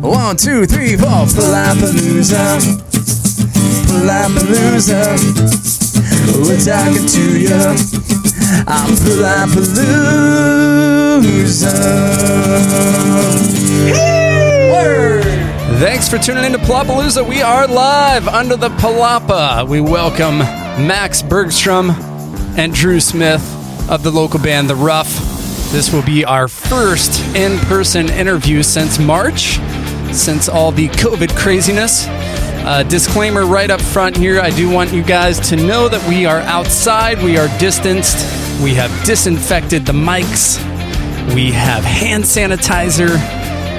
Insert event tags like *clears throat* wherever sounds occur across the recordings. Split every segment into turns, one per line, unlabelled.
One, two, three, four. Palapalooza. Palapalooza. We're talking to you. I'm Palapalooza. Word.
Thanks for tuning in to Palapalooza. We are live under the Palapa. We welcome Max Bergstrom and Drew Smith of the local band The Rough. This will be our first in person interview since March, since all the COVID craziness. Uh, disclaimer right up front here I do want you guys to know that we are outside, we are distanced, we have disinfected the mics, we have hand sanitizer,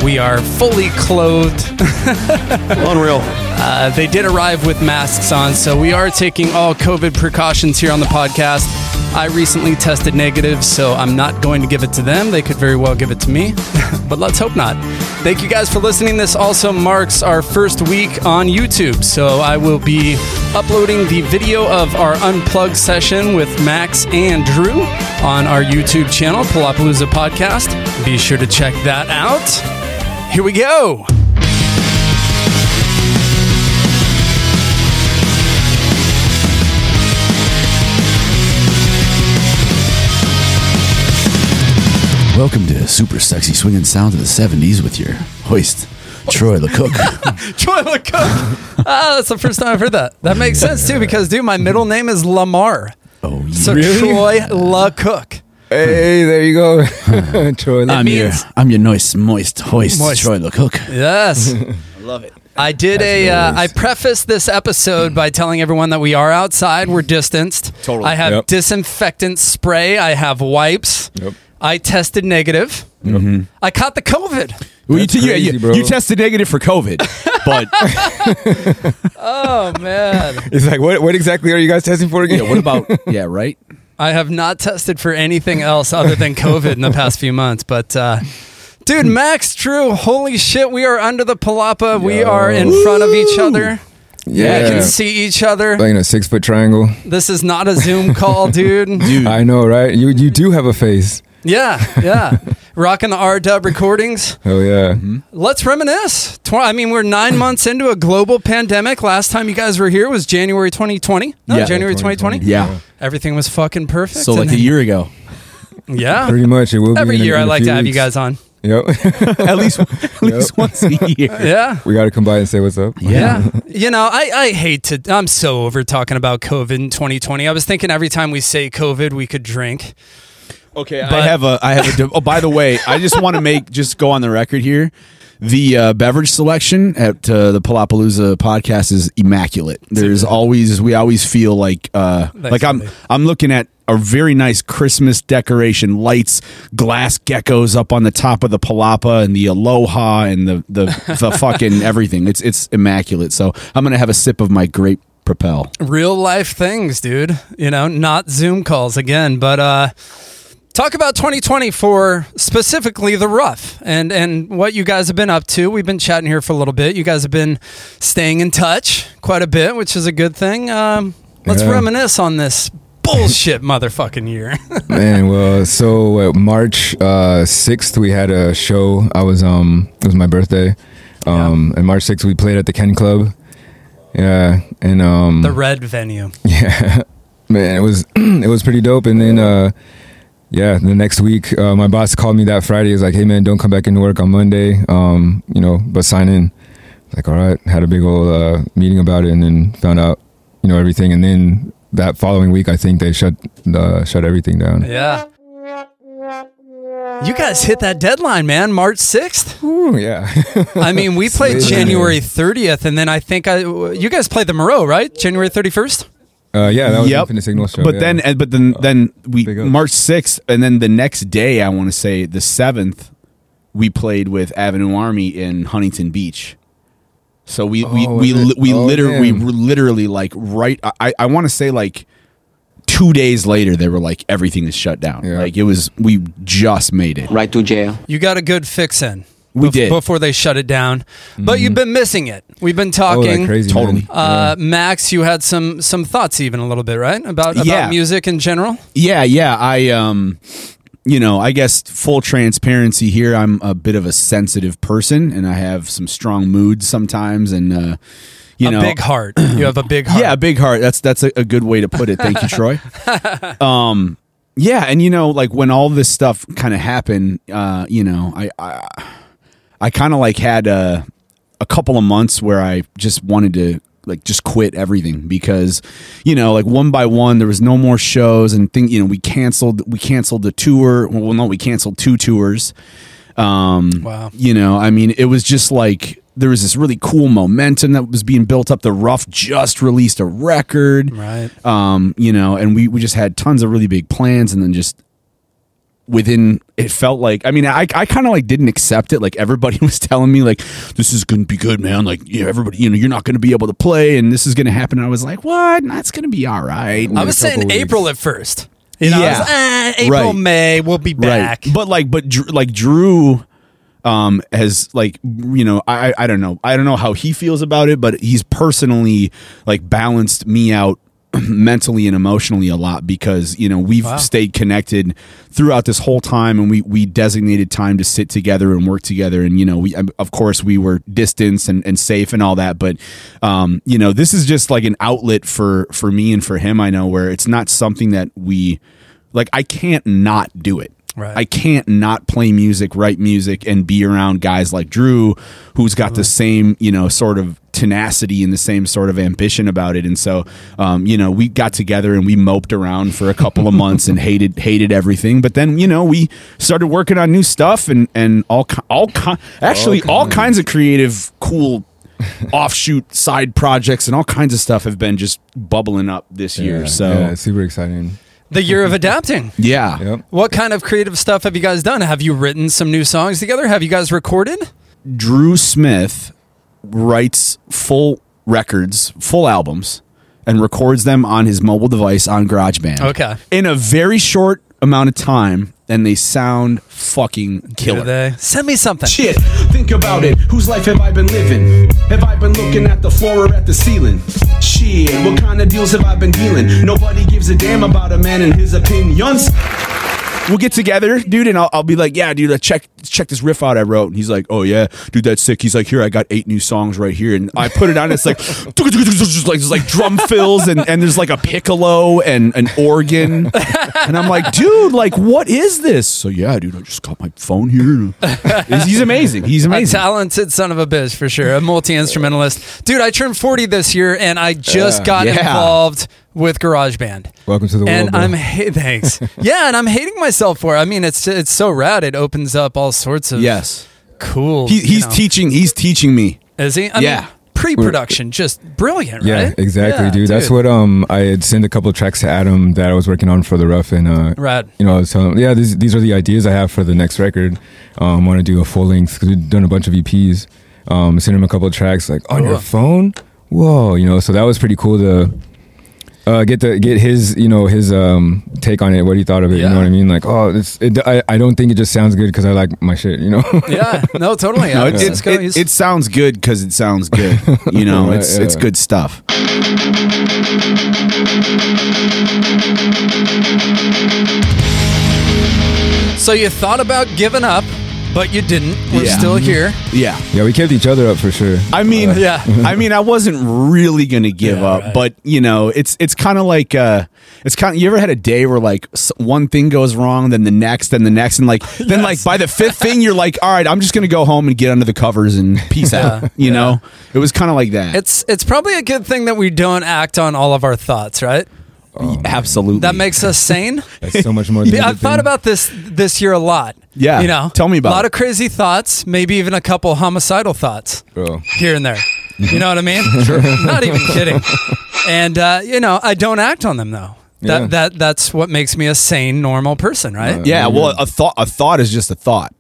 we are fully clothed.
Unreal.
Uh, they did arrive with masks on, so we are taking all COVID precautions here on the podcast. I recently tested negative, so I'm not going to give it to them. They could very well give it to me, *laughs* but let's hope not. Thank you guys for listening. This also marks our first week on YouTube, so I will be uploading the video of our unplugged session with Max and Drew on our YouTube channel, Palapalooza Podcast. Be sure to check that out. Here we go.
Welcome to super sexy swinging sounds of the 70s with your hoist, Troy
*laughs*
LeCook.
Troy
*laughs*
LeCook. ah, that's the first time I've heard that. That makes sense too, because dude, my middle name is Lamar.
Oh,
So Troy LeCook.
Hey, there you go. *laughs* Troy,
I'm your,
means-
I'm your nice, moist hoist,
Moist.
Troy LeCook.
*laughs*
Yes.
Love it.
I did a. Uh, I prefaced this episode by telling everyone that we are outside. We're distanced.
Totally.
I have
Yep.
disinfectant spray. I have wipes.
Yep. Mm-hmm.
I tested negative. I caught the
*laughs*
COVID.
Well, you,
That's
you-
crazy,
you-
bro.
you tested negative for COVID, *laughs* but
Oh man,
it's like, what, what exactly are you guys testing for again?
yeah, what about yeah, right?
I have not tested for anything else other than COVID in the past few months. But uh, dude, Max, Drew, holy shit, we are under the palapa. We are in front of each other.
yeah,
We can see each other.
like in a six foot triangle.
This is not a
*laughs*
Zoom call, dude.
I know, right? You you do have a face.
Yeah, yeah. Rocking the R Dub recordings.
Oh yeah,
Let's reminisce. Tw- I mean, we're nine months into a global pandemic. Last time you guys were here was January 2020. No,
Yeah.
January 2020.
Yeah.
Everything was fucking perfect.
So
and
like a
then-
year ago,
*laughs* yeah.
pretty much. It will
Every
be in a-
year
in
I
a
like
few
to have you
weeks.
guys on.
Yep, *laughs*
at least *laughs* at least once a year.
Yeah.
we got to come by and say what's up.
Yeah. you know, I, I hate to, I'm so over talking about COVID in 2020. I was thinking every time we say COVID, we could drink.
Okay,
But-
I have a I have a. de- Oh, by the way, I just want to make just go on the record here. The uh, beverage selection at uh, the Palapalooza podcast is immaculate. There's always we always feel like uh,
Nice
like I'm
idea.
I'm looking at a very nice Christmas decoration, lights, glass geckos up on the top of the palapa, and the aloha, and the the, the fucking everything. It's it's immaculate. So I'm gonna have a sip of my grape propel.
real life things, dude. You know, not Zoom calls again, but uh talk about 2020 for specifically the rough and and what you guys have been up to. We've been chatting here for a little bit. You guys have been staying in touch quite a bit, which is a good thing. Um let's
Yeah.
reminisce on this bullshit *laughs* motherfucking year.
Man, well, so uh, March sixth, we had a show. I was um, it was my birthday, um, and March sixth we played at the Ken Club. Yeah, and um,
the red venue.
yeah, man, it was *clears throat* it was pretty dope. And then uh, yeah, the next week, uh, my boss called me that Friday. He's like, "Hey, man, don't come back into work on Monday. Um, you know, but sign in." Like, all right, had a big old uh, meeting about it, and then found out, you know, everything. And then that following week, I think they shut uh, shut everything down.
Yeah. You guys hit that deadline, man, March 6th.
Ooh, yeah. *laughs*
I mean, we played
Sweet.
January 30th, and then I think I, you guys played the Moreau, right? January 31st?
Uh, yeah, that was
Yep.
Infinite Signal show.
but
yeah. Oh.
then, and- but then, then we
big ups.
March sixth, and then the next day, I want to say the seventh, we played with Avenue Army in Huntington Beach. So we we
Oh,
we
was
li-
it?
we
Oh,
literally we
man.
were literally like right. I- I I want to say like two days later, they were like everything is shut down.
Yeah.
Like it was we just made it.
right to jail.
You got a good fix in.
We
bef-
did.
Before they shut it down. But you've been missing it. We've been
oh,
talking.
that crazy man.
Totally.
Uh, Max, you had some some thoughts even a little bit, right? About about
Yeah.
music in general.
Yeah, yeah. I um you know, I guess full transparency here. I'm a bit of a sensitive person, and I have some strong moods sometimes, and uh, you
a
know,
big heart. You have a big heart.
yeah, big heart. That's that's a, a good way to put it.
*laughs*
Thank you, Troy. Um, yeah, and you know, like when all this stuff kind of happened, uh, you know, I I, I kind of like had a a couple of months where I just wanted to like just quit everything because you know like one by one there was no more shows and thing you know we canceled we canceled the tour well no we canceled two tours um,
Wow.
You know, I mean, it was just like there was this really cool momentum that was being built up. The Rough just released a record,
Right.
Um, you know, and we we just had tons of really big plans, and then just within it felt like i mean i, I kind of like didn't accept it like everybody *laughs* was telling me like this is gonna be good man like you know, everybody you know you're not gonna be able to play and this is gonna happen and i was like what that's gonna be all right
I was saying
couple
April at first. You know, I was,
Yeah.
"Ah, April,
Right.
May, we'll be back.
But like, but Dr- like Drew um has like you know I I- I don't know I don't know how he feels about it, but he's personally like balanced me out *clears throat* mentally and emotionally a lot because you know we've stayed connected throughout this whole time and we we designated time to sit together and work together and you know we um, of course we were distance and, and safe and all that but um you know this is just like an outlet for for me and for him I know where it's not something that we like I can't not do it.
Right.
I can't not play music, write music, and be around guys like Drew, who's got the same you know sort of tenacity and the same sort of ambition about it. And so, um, you know, we got together and we moped around for a couple of months and hated hated everything. But then, you know, we started working on new stuff and and all ki- all ki- actually all kinds of creative, cool *laughs* offshoot side projects and all kinds of stuff have been just bubbling up this year.
Yeah,
So
yeah, it's super exciting.
the year
*laughs*
of adapting.
yeah.
Yep.
What kind of creative stuff have you guys done? Have you written some new songs together? Have you guys recorded?
Drew Smith writes full records, full albums, and records them on his mobile device on GarageBand.
Okay.
In a very short amount of time, and they sound fucking
Do
killer.
they? Send me something.
Shit, think about it. Whose life have I been living? Have I been looking at the floor or at the ceiling? Shit, what kind of deals have I been dealing? Nobody gives a damn about a man and his opinions.
we'll get together, dude, and I'll, I'll be like, yeah, dude, like, check check this riff out I wrote. And he's like, oh yeah, dude, that's sick. He's like, here, I got eight new songs right here, and I put it on. It's like, *laughs* just like there's like drum fills, and and there's like a piccolo and an organ, and I'm like, dude, like what is this? So yeah, dude, I just got my phone here. He's, he's amazing. He's
A
amazing.
talented son of a bitch for sure. A multi instrumentalist. Dude, I turned 40 this year and I just
Uh, Yeah.
got
Yeah.
involved with GarageBand.
Welcome to the
and
world. bro.
I'm ha- thanks.
*laughs*
yeah, and I'm hating myself for it. I mean, it's it's so rad. It opens up all sorts of
Yes,
cool.
he,
you
he's
know.
teaching. He's teaching me.
Is he? I
Yeah.
mean, pre-production, just brilliant,
Yeah,
right?
exactly, dude. That's what um I had sent a couple of tracks to Adam that I was working on for the rough and uh
Rad.
you know I was telling him, yeah these these are the ideas I have for the next record. Um, want to do a full length because we've done a bunch of EPs. Um, sent him a couple of tracks like on
Cool.
your phone. Whoa, you know. So that was pretty cool to uh, get the get his you know his um take on it. What he thought of it. You
Yeah.
know what I mean? Like oh, it's it, I I don't think it just sounds good because I like my shit. You know. *laughs*
Yeah, no, totally.
No,
I
it,
was
it,
just gonna
it,
use-
it sounds good because it sounds good.
*laughs*
You know,
Right,
it's it's
yeah.
good stuff.
so you thought about giving up, but you didn't. We're
Yeah. Mm-hmm.
still here.
Yeah.
yeah, we kept each other up for sure.
I mean,
Uh,
Yeah.
I mean, I wasn't really gonna give
Yeah,
up,
right.
but you know, it's it's kind of like uh, it's kind. You ever had a day where like s- one thing goes wrong, then the next, then the next, and
*laughs*
like then like by the fifth thing, you're like, all right, I'm just gonna go home and get under the covers and peace out. You know, it was kind of like that.
It's it's probably a good thing that we don't act on all of our thoughts, right?
absolutely
Oh, That makes
*laughs*
us sane.
That's so much more.
*laughs*
Than
Yeah, I've
anything.
thought about this this year a lot.
Yeah.
you know,
Tell me about
a
it.
lot of crazy thoughts, maybe even a couple homicidal thoughts
Bro.
here and there. You know what I
*laughs*
mean? Sure. *laughs* Not even kidding. And uh, you know, I don't act on them though. That
Yeah.
that that's what makes me a sane, normal person, right?
yeah. Well, a thought a thought is just a thought.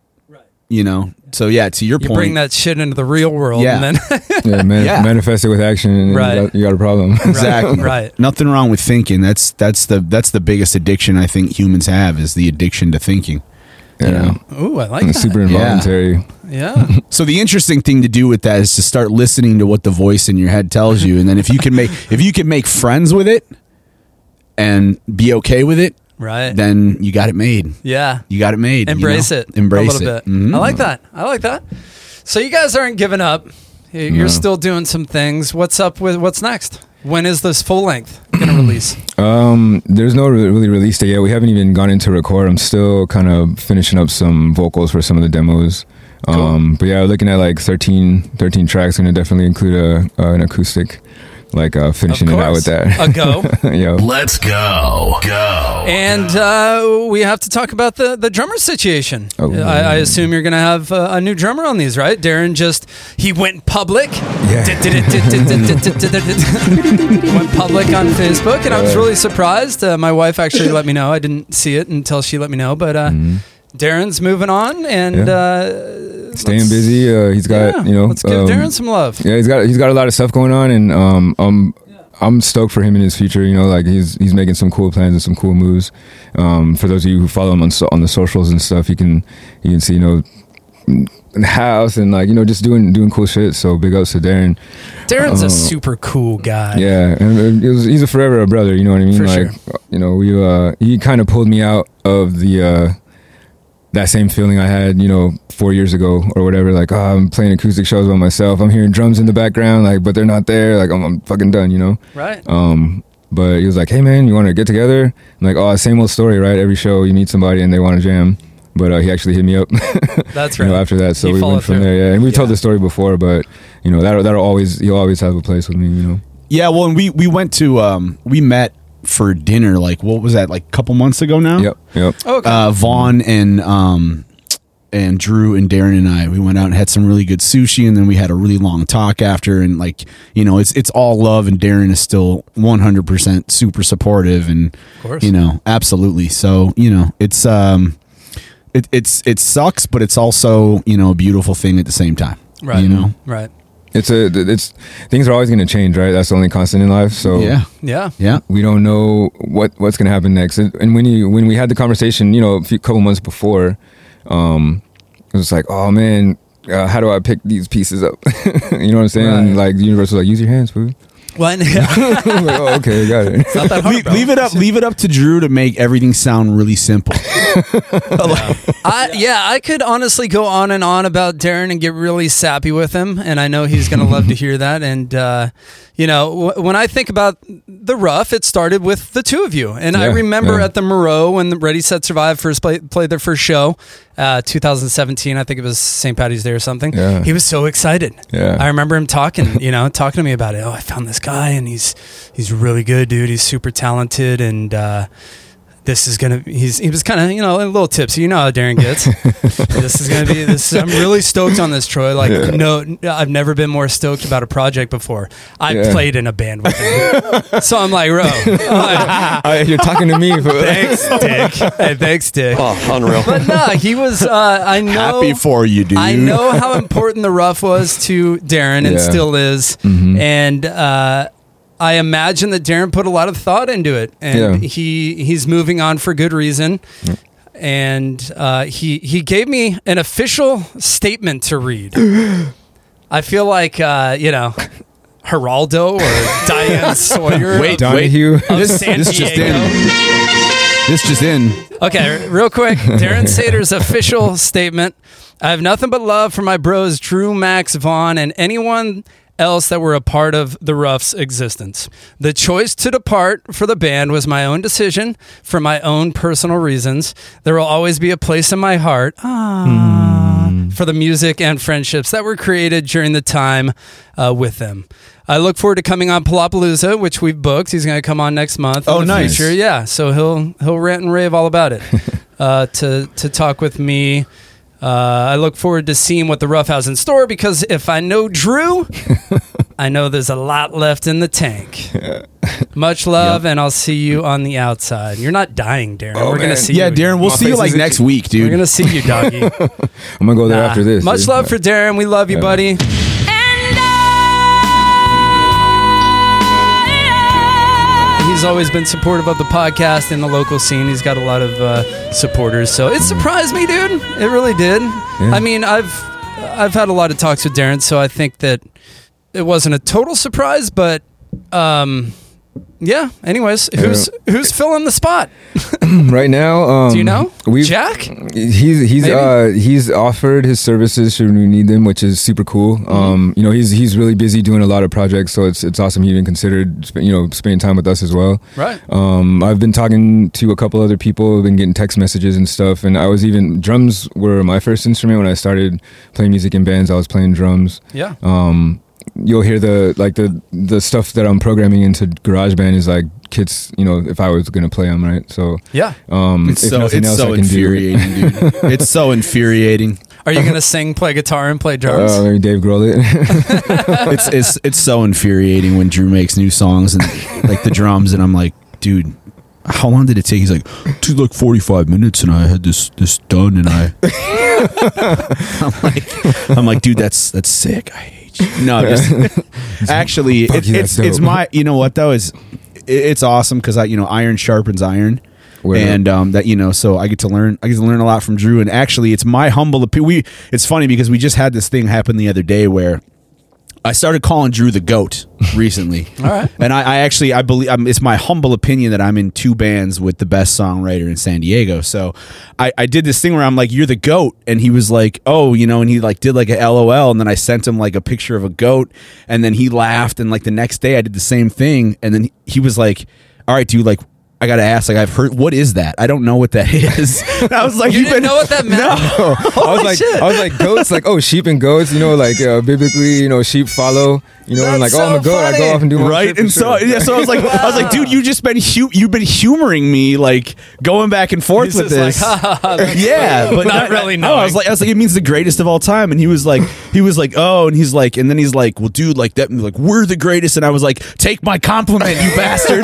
You know. So yeah, to your
You
point,
bring that shit into the real world,
Yeah.
and then *laughs*
Yeah, man,
Yeah.
manifest it with action, and
Right.
you, got, you got a problem. *laughs*
Exactly.
*laughs* Right.
Nothing wrong with thinking. That's that's the that's the biggest addiction I think humans have is the addiction to thinking.
yeah,
ooh, I like
And
that.
it's super involuntary.
*laughs*
yeah,
So the interesting thing to do with that is to start listening to what the voice in your head tells you, and then if you can make if you can make friends with it and be okay with it,
Right.
then you got it made.
yeah.
You got it made. you
Embrace
know?
it.
Embrace
a little
it.
bit.
Mhm.
I like that. I like that. So you guys aren't giving up. Y- You're still doing some things. What's up with what's next? When is this full length gonna release?
Um, there's no re- really release date yet. We haven't even gone into record. I'm still kind of finishing up some vocals for some of the demos. Um, but yeah, looking at like 13, 13 tracks, gonna definitely include a, an acoustic, like uh, finishing it out with that.
a go.
*laughs*
*laughs* yeah,
Let's go. Go.
And uh, we have to talk about the, the drummer situation.
Oh.
I, I assume you're going to have uh, a new drummer on these, right? Darren just, he went public. *laughs* went public on Facebook, and I was really surprised. Uh, my wife actually let me know. I didn't see it until she let me know, but uh, Darren's moving on, and
Mm-hmm. Yeah.
uh,
staying busy. Uh, he's got
yeah,
you know.
let's give
um,
Darren some love.
yeah, he's got he's got a lot of stuff going on, and um, I'm I'm stoked for him in his future. You know, like he's he's making some cool plans and some cool moves. Um, for those of you who follow him on so, on the socials and stuff, you can you can see you know in the house and like you know just doing doing cool shit. So big ups to Darren.
Darren's
oh.
a super cool guy.
Yeah, and it was, he's a forever a brother. You know what I mean?
For
like you know, we uh, he kind of pulled me out of the uh, that same feeling I had, you know, four years ago or whatever. Like oh, I'm playing acoustic shows by myself. I'm hearing drums in the background, like but they're not there. Like I'm, I'm fucking done. You know.
Right?
Um, but he was like, "Hey man, you want to get together?" I'm like, "Oh, same old story, right? Every show you meet somebody and they want to jam." But uh, he actually hit me up. *laughs*
That's
you
right.
know, after that, so
He
we
followed
went from
through.
there. Yeah, and we have told
Yeah.
this story before, but you know that that'll always you'll always have a place with me. You know.
Yeah, well, and we we went to um we met for dinner like what was that like a couple months ago
Uh-huh.
now?
Yep. Yep.
Okay.
Uh, Vaughn and um and Drew and Darren and I we went out and had some really good sushi and then we had a really long talk after and like you know it's it's all love and Darren is still 100% super supportive and
course.
you know absolutely so you know it's um it, it's it sucks but it's also you know a beautiful thing at the same time
right.
you know
Right.
It's a th- it's things are always going to change, right? That's the only constant in life. So
yeah
Yeah.
yeah
we don't know what what's going to happen next. And, and when you when we had the conversation, you know, a few couple months before, um, it was like, oh man, uh, how do I pick these pieces up? *laughs* you know what I'm saying?
Right.
Like the universe was like, use your
*laughs*
hands, food.
Well,
I'm *laughs* like, oh, okay, got
*laughs*
it.
not that hard,
leave,
bro.
leave it up leave it up to drew to make everything sound really
*laughs*
simple
*laughs*
I, yeah, I could honestly go on and on about Darren and get really sappy with him, and I know he's going to love to hear
*laughs*
that. And uh, you know, w- when I think about the rough, it started with the two of you, and I
Yeah,
remember
yeah.
at the Moreau when the Ready Set Survive first play, played their first show, uh, 2017. I think it was St. Patty's Day or something.
Yeah.
He was so excited.
Yeah.
I remember him talking, you know, talking to me about it. Oh, I found this guy, and he's he's really good, dude. He's super talented, and. Uh, this is gonna he's he was kind of you know a little tipsy you know how darren gets this is gonna be this i'm really stoked on this troy like no i've never been more stoked about a project before i
Yeah.
played in a band with him so i'm like bro I'm like,
All right, you're talking to me. fool. *laughs*
thanks dick hey thanks dick
Oh, unreal.
but no he was uh i know
happy for you dude
I know how important the rough was to Darren and
Yeah. Mm-hmm.
still is. And uh, I imagine that Darren put a lot of thought into it. And
Yeah.
he he's moving on for good reason. And uh, he he gave me an official statement to
*gasps*
read. I feel like uh, you know Geraldo or
*laughs*
Diane Sawyer.
Wait,
of-
Donahue. *laughs*
of San
this just
Diego.
in. This just in.
Okay, real quick, Darren Sater's official statement. I have nothing but love for my bros Drew, Max, Vaughn, and anyone else that were a part of the Ruff's existence. The choice to depart for the band was my own decision for my own personal reasons. There will always be a place in my heart for the music and friendships that were created during the time uh, with them. I look forward to coming on Palapalooza, which we've booked. He's going to come on next month. in
Oh,
the
nice.
future. Yeah, so he'll he'll rant and rave all
*laughs*
about it. uh, to to talk with me. Uh, I look forward to seeing what the Rough has in store because if I know
*laughs*
Drew, I know there's a lot left in the tank. Much love, and I'll see you on the outside. You're not dying, Darren. We're gonna
man.
see
Oh, Yeah,
you.
Darren, we'll
My
see you
face
like
is
next
itchy.
week,
We're
dude.
gonna see you,
*laughs*
doggy.
I'm gonna go there after this.
Ah, Much
dude.
love for Darren. We love you,
Yeah.
buddy.
And I,
He's always been supportive of the podcast and the local scene. He's got a lot of uh, supporters, so
Mm-hmm.
it surprised me, dude. It really did. I mean, I've I've had a lot of talks with Darren, so I think that it wasn't a total surprise, but um, yeah. Anyways, who's who's filling the spot?
Right now, um,
Do you know?
We've,
Jack?
He's he's
Maybe?
uh, he's offered his services should we need them, which is super cool.
Mm-hmm.
Um, you know, he's he's really busy doing a lot of projects, so it's it's awesome he even considered sp- you know spending time with us as well.
Right.
Um, I've been talking to a couple other people, I've been getting text messages and stuff, and I was even drums were my first instrument when I started playing music in bands. I was playing drums
Yeah.
um, you'll hear the like the the stuff that I'm programming into GarageBand is like kids. You know, if I was gonna play them, right? So
yeah.
um,
It's
if
so
nothing
it's
else,
so
I can
infuriating, dude. *laughs* It's so infuriating.
Are
*laughs*
you gonna sing, play guitar, and play
do.
drums?
Uh, maybe Dave Grohl it. *laughs*
It's it's it's so infuriating when Drew makes new songs and like the drums, and I'm like, dude. How long did it take? He's like, dude, like forty-five minutes, and I had this this done, and I, *laughs* I'm like, I'm like, dude, that's that's sick. I hate you. No, just, *laughs* actually,
Fuck
it,
you,
it's
that's
it's
dope.
my, you know what though is, it, it's awesome because I, you know, iron sharpens iron,
Word up.
and um, that you know, so I get to learn, I get to learn a lot from Drew, and actually, it's my humble opinion. We, it's funny because we just had this thing happen the other day where I started calling Drew the goat
*laughs*
recently. All
right.
and I, I actually I believe um, it's my humble opinion that I'm in two bands with the best songwriter in San Diego. So I, I did this thing where I'm like, "You're the goat," and he was like, "Oh, you know," and he like did like a LOL, and then I sent him like a picture of a goat, and then he laughed, and like the next day I did the same thing, and then he was like, "All right, dude, like." I gotta ask, like I've heard, what is that? I don't know what that *laughs* is. And I was like,
You
"You've
didn't
been-
know what that meant?
*laughs*
No,
I was like, I was like goats, like oh sheep and goats. You know, like uh, biblically, you know, sheep follow. You know, and
That's
like oh I'm a
so
goat, I
funny. *laughs*
go off and do my
right
shit for
and so
sure.
yeah so i was like i was like dude you just been hu- you've been humoring me like going back and forth
He's
with
just like,
this
*laughs* "Ha, ha, ha, that's
yeah
funny."
but
Not really
no i was
knowing.
like i was like it means the greatest of all time and he was like he was like oh and he's like and then he's like well dude like that like we're the greatest and i was like take my compliment you bastard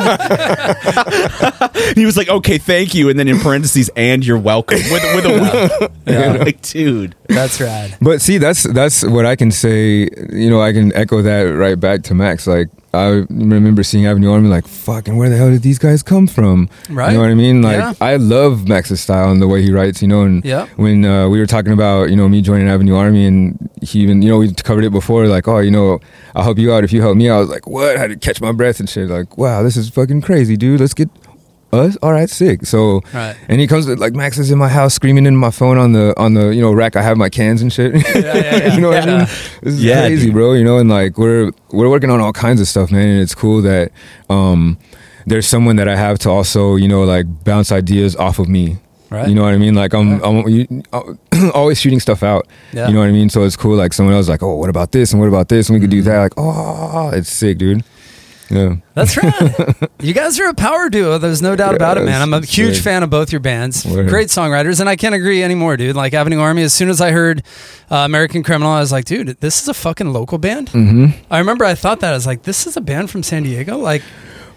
*laughs* And he was like okay thank you and then in parentheses and you're welcome with,
*laughs*
with a like dude
That's rad.
But see, that's that's what I can say. You know, I can echo that right back to Max. Like I remember seeing Avenue Army, like fucking, where the hell did these guys come from?
Right.
You know what I mean? Like
Yeah.
I love Max's style and the way he writes. You know, and
Yeah.
when uh, we were talking about you know me joining Avenue Army, and he even you know we covered it before. Like oh, you know, I'll help you out if you help me. out. I was like, what? I had to catch my breath and shit. Like wow, this is fucking crazy, dude. Let's get. Us, all right, sick. So,
Right.
and he comes with, like Max is in my house screaming in my phone on the on the you know rack I have my cans and shit. *laughs* you know what I mean? This is
Yeah,
crazy,
dude.
bro. You know, and like we're we're working on all kinds of stuff, man. And it's cool that um, there's someone that I have to also, you know, like bounce ideas off of me.
Right.
You know what I mean? Like I'm, I'm you, uh, *clears throat* always shooting stuff out.
Yeah.
You know what I mean? So it's cool. Like someone else, like, oh, what about this and what about this and we could
Mm-hmm.
do that. Like, oh, it's sick, dude. Yeah.
That's
*laughs*
rad. you guys are a power duo. There's no doubt about it, man. I'm a
Yes,
huge
sir.
fan of both your bands.
Word.
Great songwriters, and I can't agree anymore, dude. Like Avenue Army. As soon as I heard uh, American Criminal, I was like, dude, this is a fucking local band. Mm-hmm. I remember I thought that I was like, this is a band from San Diego. Like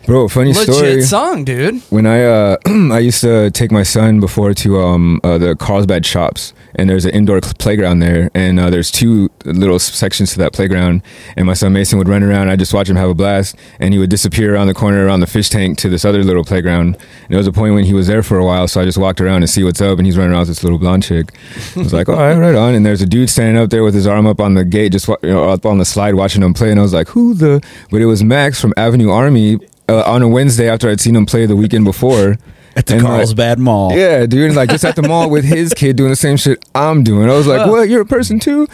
Bro, funny
legit
story.
song, dude.
when I uh, *clears throat* I used to take my son before to um, uh, the Carlsbad shops, and there's an indoor cl- playground there, and uh, there's two little s- sections to that playground, and my son Mason would run around. I just watch him have a blast, and he would disappear around the corner around the fish tank to this other little playground. And there was a point when he was there for a while, so I just walked around to see what's up, and he's running around with this little blonde chick. I was like, all right, right on. And there's a dude standing up there with his arm up on the gate, just wa- you know, up on the slide, watching him play, and I was like, who the? But it was Max from Avenue Army uh, on a Wednesday after I'd seen him play the weekend before.
*laughs* at the
And, like,
carlsbad mall
yeah, dude, and, like just at the mall with his kid doing the same shit I'm doing. I was like, "What? You're a person too?"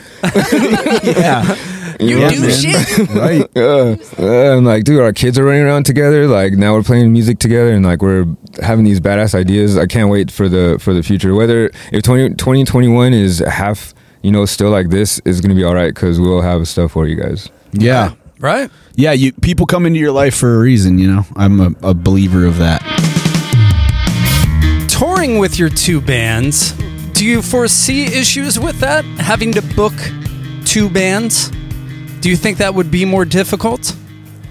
*laughs*
yeah
You
Yeah,
do
man.
shit.
right? Uh, uh, I'm like, dude, our kids are running around together. Like now we're playing music together, and like we're having these badass ideas. I can't wait for the for the future. Whether if 20, 2021 is half, you know, still like this, is gonna be all right because we'll have stuff for you guys.
yeah
Right?
yeah you people come into your life for a reason you know i'm a, a believer of that
touring with your two bands, do you foresee issues with that? Having to book two bands? Do you think that would be more
*laughs*
difficult?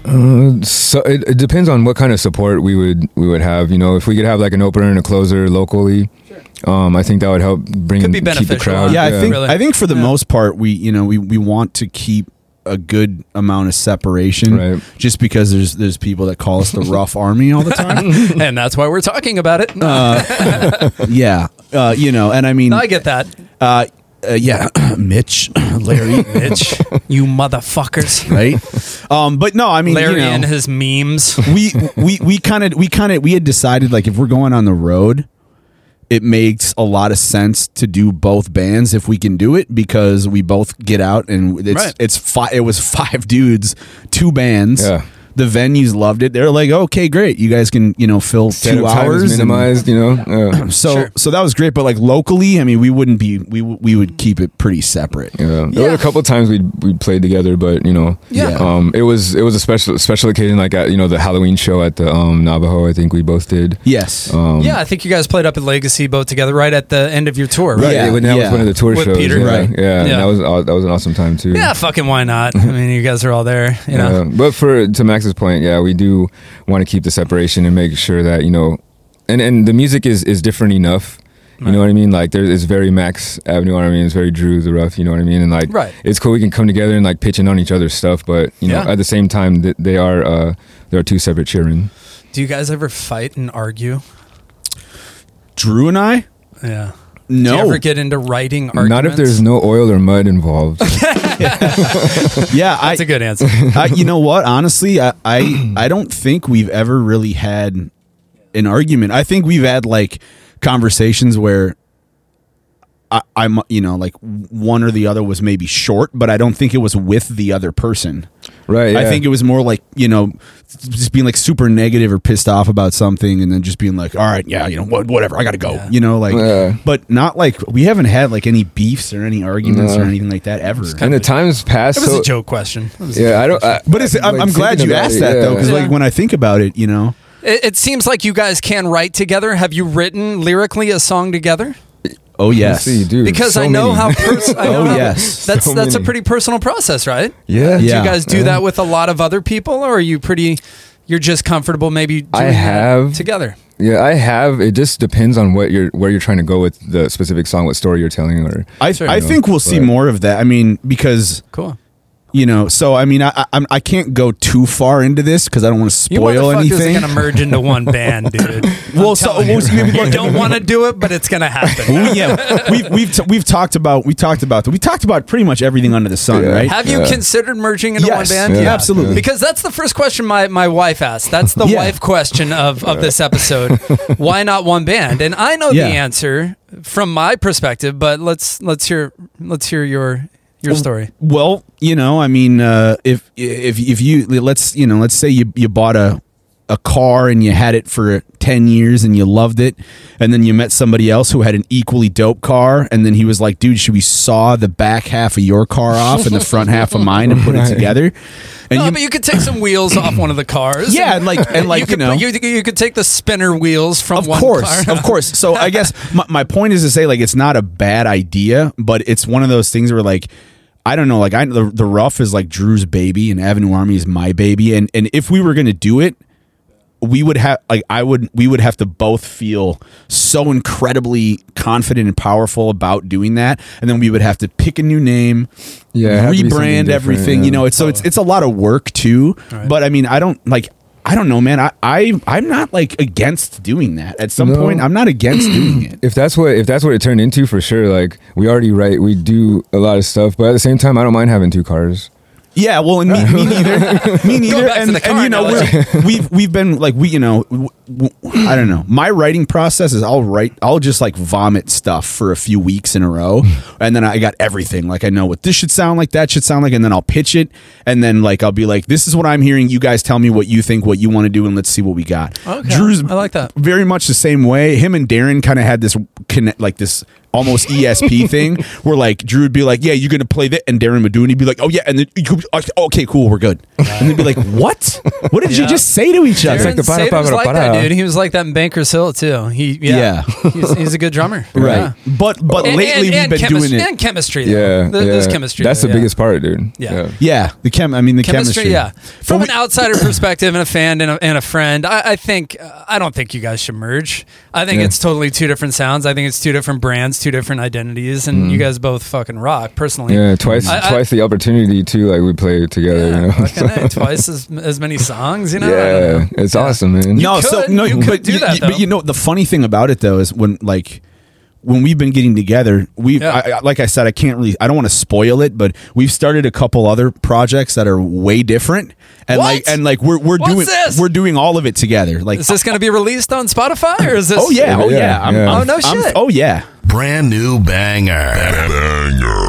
So it, it depends on what kind of support we would we would have. You know, if we could have like an opener and a closer locally, um, I think that would help bring
Could be
keep the
beneficial,
crowd.
huh?
yeah, I think
Really.
I think for the
Yeah.
most part, we you know we we want to keep a good amount of separation,
Right.
just because there's there's people that call us the rough army all the time.
and that's why we're *laughs* talking about it.
yeah, uh, you know, and I mean,
*laughs*
No, I get that.
uh, uh, yeah, *coughs* Mitch, Larry,
Bitch, you
*laughs*
motherfuckers. *laughs*
right? Um, but no, I mean,
Larry
you know,
and his memes.
we we we kind of we kind of we had decided like if we're going on the road it makes a lot of sense to do both bands if we can do it because we both get out and it's
Right.
it's fi- it was *laughs* five dudes two bands
Yeah.
the venues loved it they're like okay great you guys can you know fill
Setup
two
time is
hours and-
minimized, you know.
*coughs*
Yeah.
so
Sure.
so that was great but like locally i mean we wouldn't be we w- we would keep it pretty separate
Yeah. There were a couple times we we played together, but you know,
Yeah.
Um, it was it was a special special occasion, like at you know the Halloween show at the um, Navajo. I think we both did.
yes
Um,
yeah, I think you guys played up at Legacy both together right at the end of your tour, right?
Right.
Yeah,
Yeah, when that
yeah.
was one of the tour
With
shows.
Peter.
yeah,
Right.
Yeah. and
Yeah.
That was aw- that was an awesome time too.
Yeah, fucking why not?
*laughs*
I mean, you guys are all there, you know.
Yeah, but for to Max's point, yeah, we do want to keep the separation and make sure that you know, and and the music is is different enough. You know what I mean? Like there is very Max Avenue. You know what I mean? It's very Drew the Rough. You know what I mean? And like,
Right.
It's cool. We can come together and like pitch in on each other's stuff. But you know,
Yeah.
at the same time, th- they are uh they are two separate children.
Do you guys ever fight and argue?
drew and i
Yeah. Do
no
you ever get into writing arguments?
Not if there's no oil or mud
*laughs*
involved.
yeah I.
That's a good answer.
I,
*laughs*
you know what? Honestly, I, I I don't think we've ever really had an argument. I think we've had like conversations where I, I'm, you know, like one or the other was maybe short, but I don't think it was with the other person.
right.
I
yeah.
think it was more like you know, just being like super negative or pissed off about something, and then just being like, "All right, yeah, you know, wha- whatever, I gotta go," you know, like.
Yeah.
But not like we haven't had like any beefs or any arguments or anything like that ever.
And the times past.
It was
so,
a joke question. It, was-
Yeah, I don't. I,
But it's, I'm,
like,
I'm glad
thinking
you
about
asked
it,
that though,
yeah.
because like when I think about it, you know,
it, it seems like you guys can write together. Have you written lyrically a song together?
oh
Let's
yes,
see, dude,
Because
so
I know
many. *laughs*
how. Pers- I know
Oh,
how-
yes.
that's
So
that's a
many.
pretty personal process, right?
yeah,
Do
Yeah.
you guys do
Yeah.
that with a lot of other people, or are you pretty? You're just comfortable, maybe. Doing
I
that
have-
together.
Yeah, I have. It just depends on what you're where you're trying to go with the specific song, what story you're telling, or
I,
Sure.
I think we'll see
But-
more of that. I mean, because
Cool.
you know, so I mean, I I, I'm- I can't go too far into this because I don't want to
You
spoil
motherfuckers are
anything.
gonna merge into one band, dude.
*laughs*
Well, so
telling
we'll see-
you,
maybe
*laughs* You don't want to do it, but it's gonna happen.
Well, yeah, we've we've t- we've talked about we talked about we talked about pretty much everything under the sun,
Yeah.
right?
Have you considered merging into
Yes.
one band?
Yeah, absolutely.
Because that's the first question my, my wife asked. That's the
Yeah.
wife question of, of
*laughs*
this episode. Why not one band? And I know
Yeah.
the answer from my perspective, but let's let's hear let's hear your your story.
Well, you know, I mean, uh, if if if you let's you know, let's say you you bought a a car and you had it for ten years and you loved it, and then you met somebody else who had an equally dope car, and then he was like, "Dude, should we saw the back half of your car off and the front half of mine and put
*laughs*
it together?" And
No, but you could take some wheels off one of the cars.
Yeah, and like- and like,
*laughs* you
you
could,
know.
you, you could take the spinner wheels from
of
one *laughs*
course
car.
of course so i guess my, my point is to say like it's not a bad idea but it's one of those things where like i don't know like i the, the rough is like drew's baby and avenue army is my baby and and if we were gonna do it we would have like i would we would have to both feel so incredibly confident and powerful about doing that and then we would have to pick a new name
Yeah, it had to be something
rebrand
different,
everything you
yeah.
know Oh, it's so it's it's a lot of work too but i mean i don't like i don't know man i, I i'm not like against doing that at some
No.
point i'm not *clears throat* against doing it
if that's what if that's what it turned into for sure. Like we already write, we do a lot of stuff, but at the same time, I don't mind having two cars.
Yeah, well, and me, *laughs* me neither. Me neither.
back to
and,
the
and,
car
you know,
analogy.
*laughs* we're- we've we've been like we, you know, w- w- I don't know. My writing process is I'll write, I'll just like vomit stuff for a few weeks in a *laughs* row, and then I got everything. Like I know what this should sound like, that should sound like, and then I'll pitch it, and then like I'll be like, this is what I'm hearing. You guys tell me what you think, what you want to do, and let's see what we got.
Okay, I like that.
Very much the same way. Him and Darren kind of had this connect, like this
*laughs*
almost ESP thing, where like Drew would be like, "Yeah, you're gonna play that," and Darren would do, it, and he'd be like, "Oh yeah," and then you could, oh, okay, cool, we're good. And they'd be like, "What? What did
Yeah.
you just say to each other?"
Aaron
like the para,
Saban was
para,
like
para.
that, dude. He was like that in Bankers Hill too. He yeah,
Yeah.
he's, he's a good drummer,
*laughs*
Yeah.
right, but but
And-
lately
and- and
we've been
chemis-
doing it.
and chemistry. Though.
Yeah,
There-
yeah.
there's chemistry.
That's
there,
the
yeah.
biggest part, dude.
Yeah.
yeah, the chem. I mean, the chemistry.
chemistry. Yeah,
*coughs*
from
But
an outsider perspective and a fan and a, and a friend, I, I think uh, I don't think you guys should merge. I think
Yeah.
it's totally two different sounds. I think it's two different brands, two different identities, and
Mm.
you guys both fucking rock. Personally,
Yeah, twice
I- I-
twice the opportunity too. Like we play together.
Yeah,
you know?
*laughs* fucking A, twice as, as many songs. You know, I don't know.
*laughs* yeah, it's awesome, man.
no, so
could-
no,
you
but
could do
you,
that,
But
though.
you know, the funny thing about it though is when like when we've been getting together, we
Yeah.
I, I- like I said, I can't really, I don't want to spoil it, but we've started a couple other projects that are way different, and
What?
like and like we're we're
What's
doing
this?
we're doing all of it together. Like,
Is this going to be released on Spotify or is this?
oh yeah, oh yeah,
Yeah,
I'm-
yeah.
I'm-
Oh, no
I'm-
shit.
oh yeah.
Brand new banger. Banger.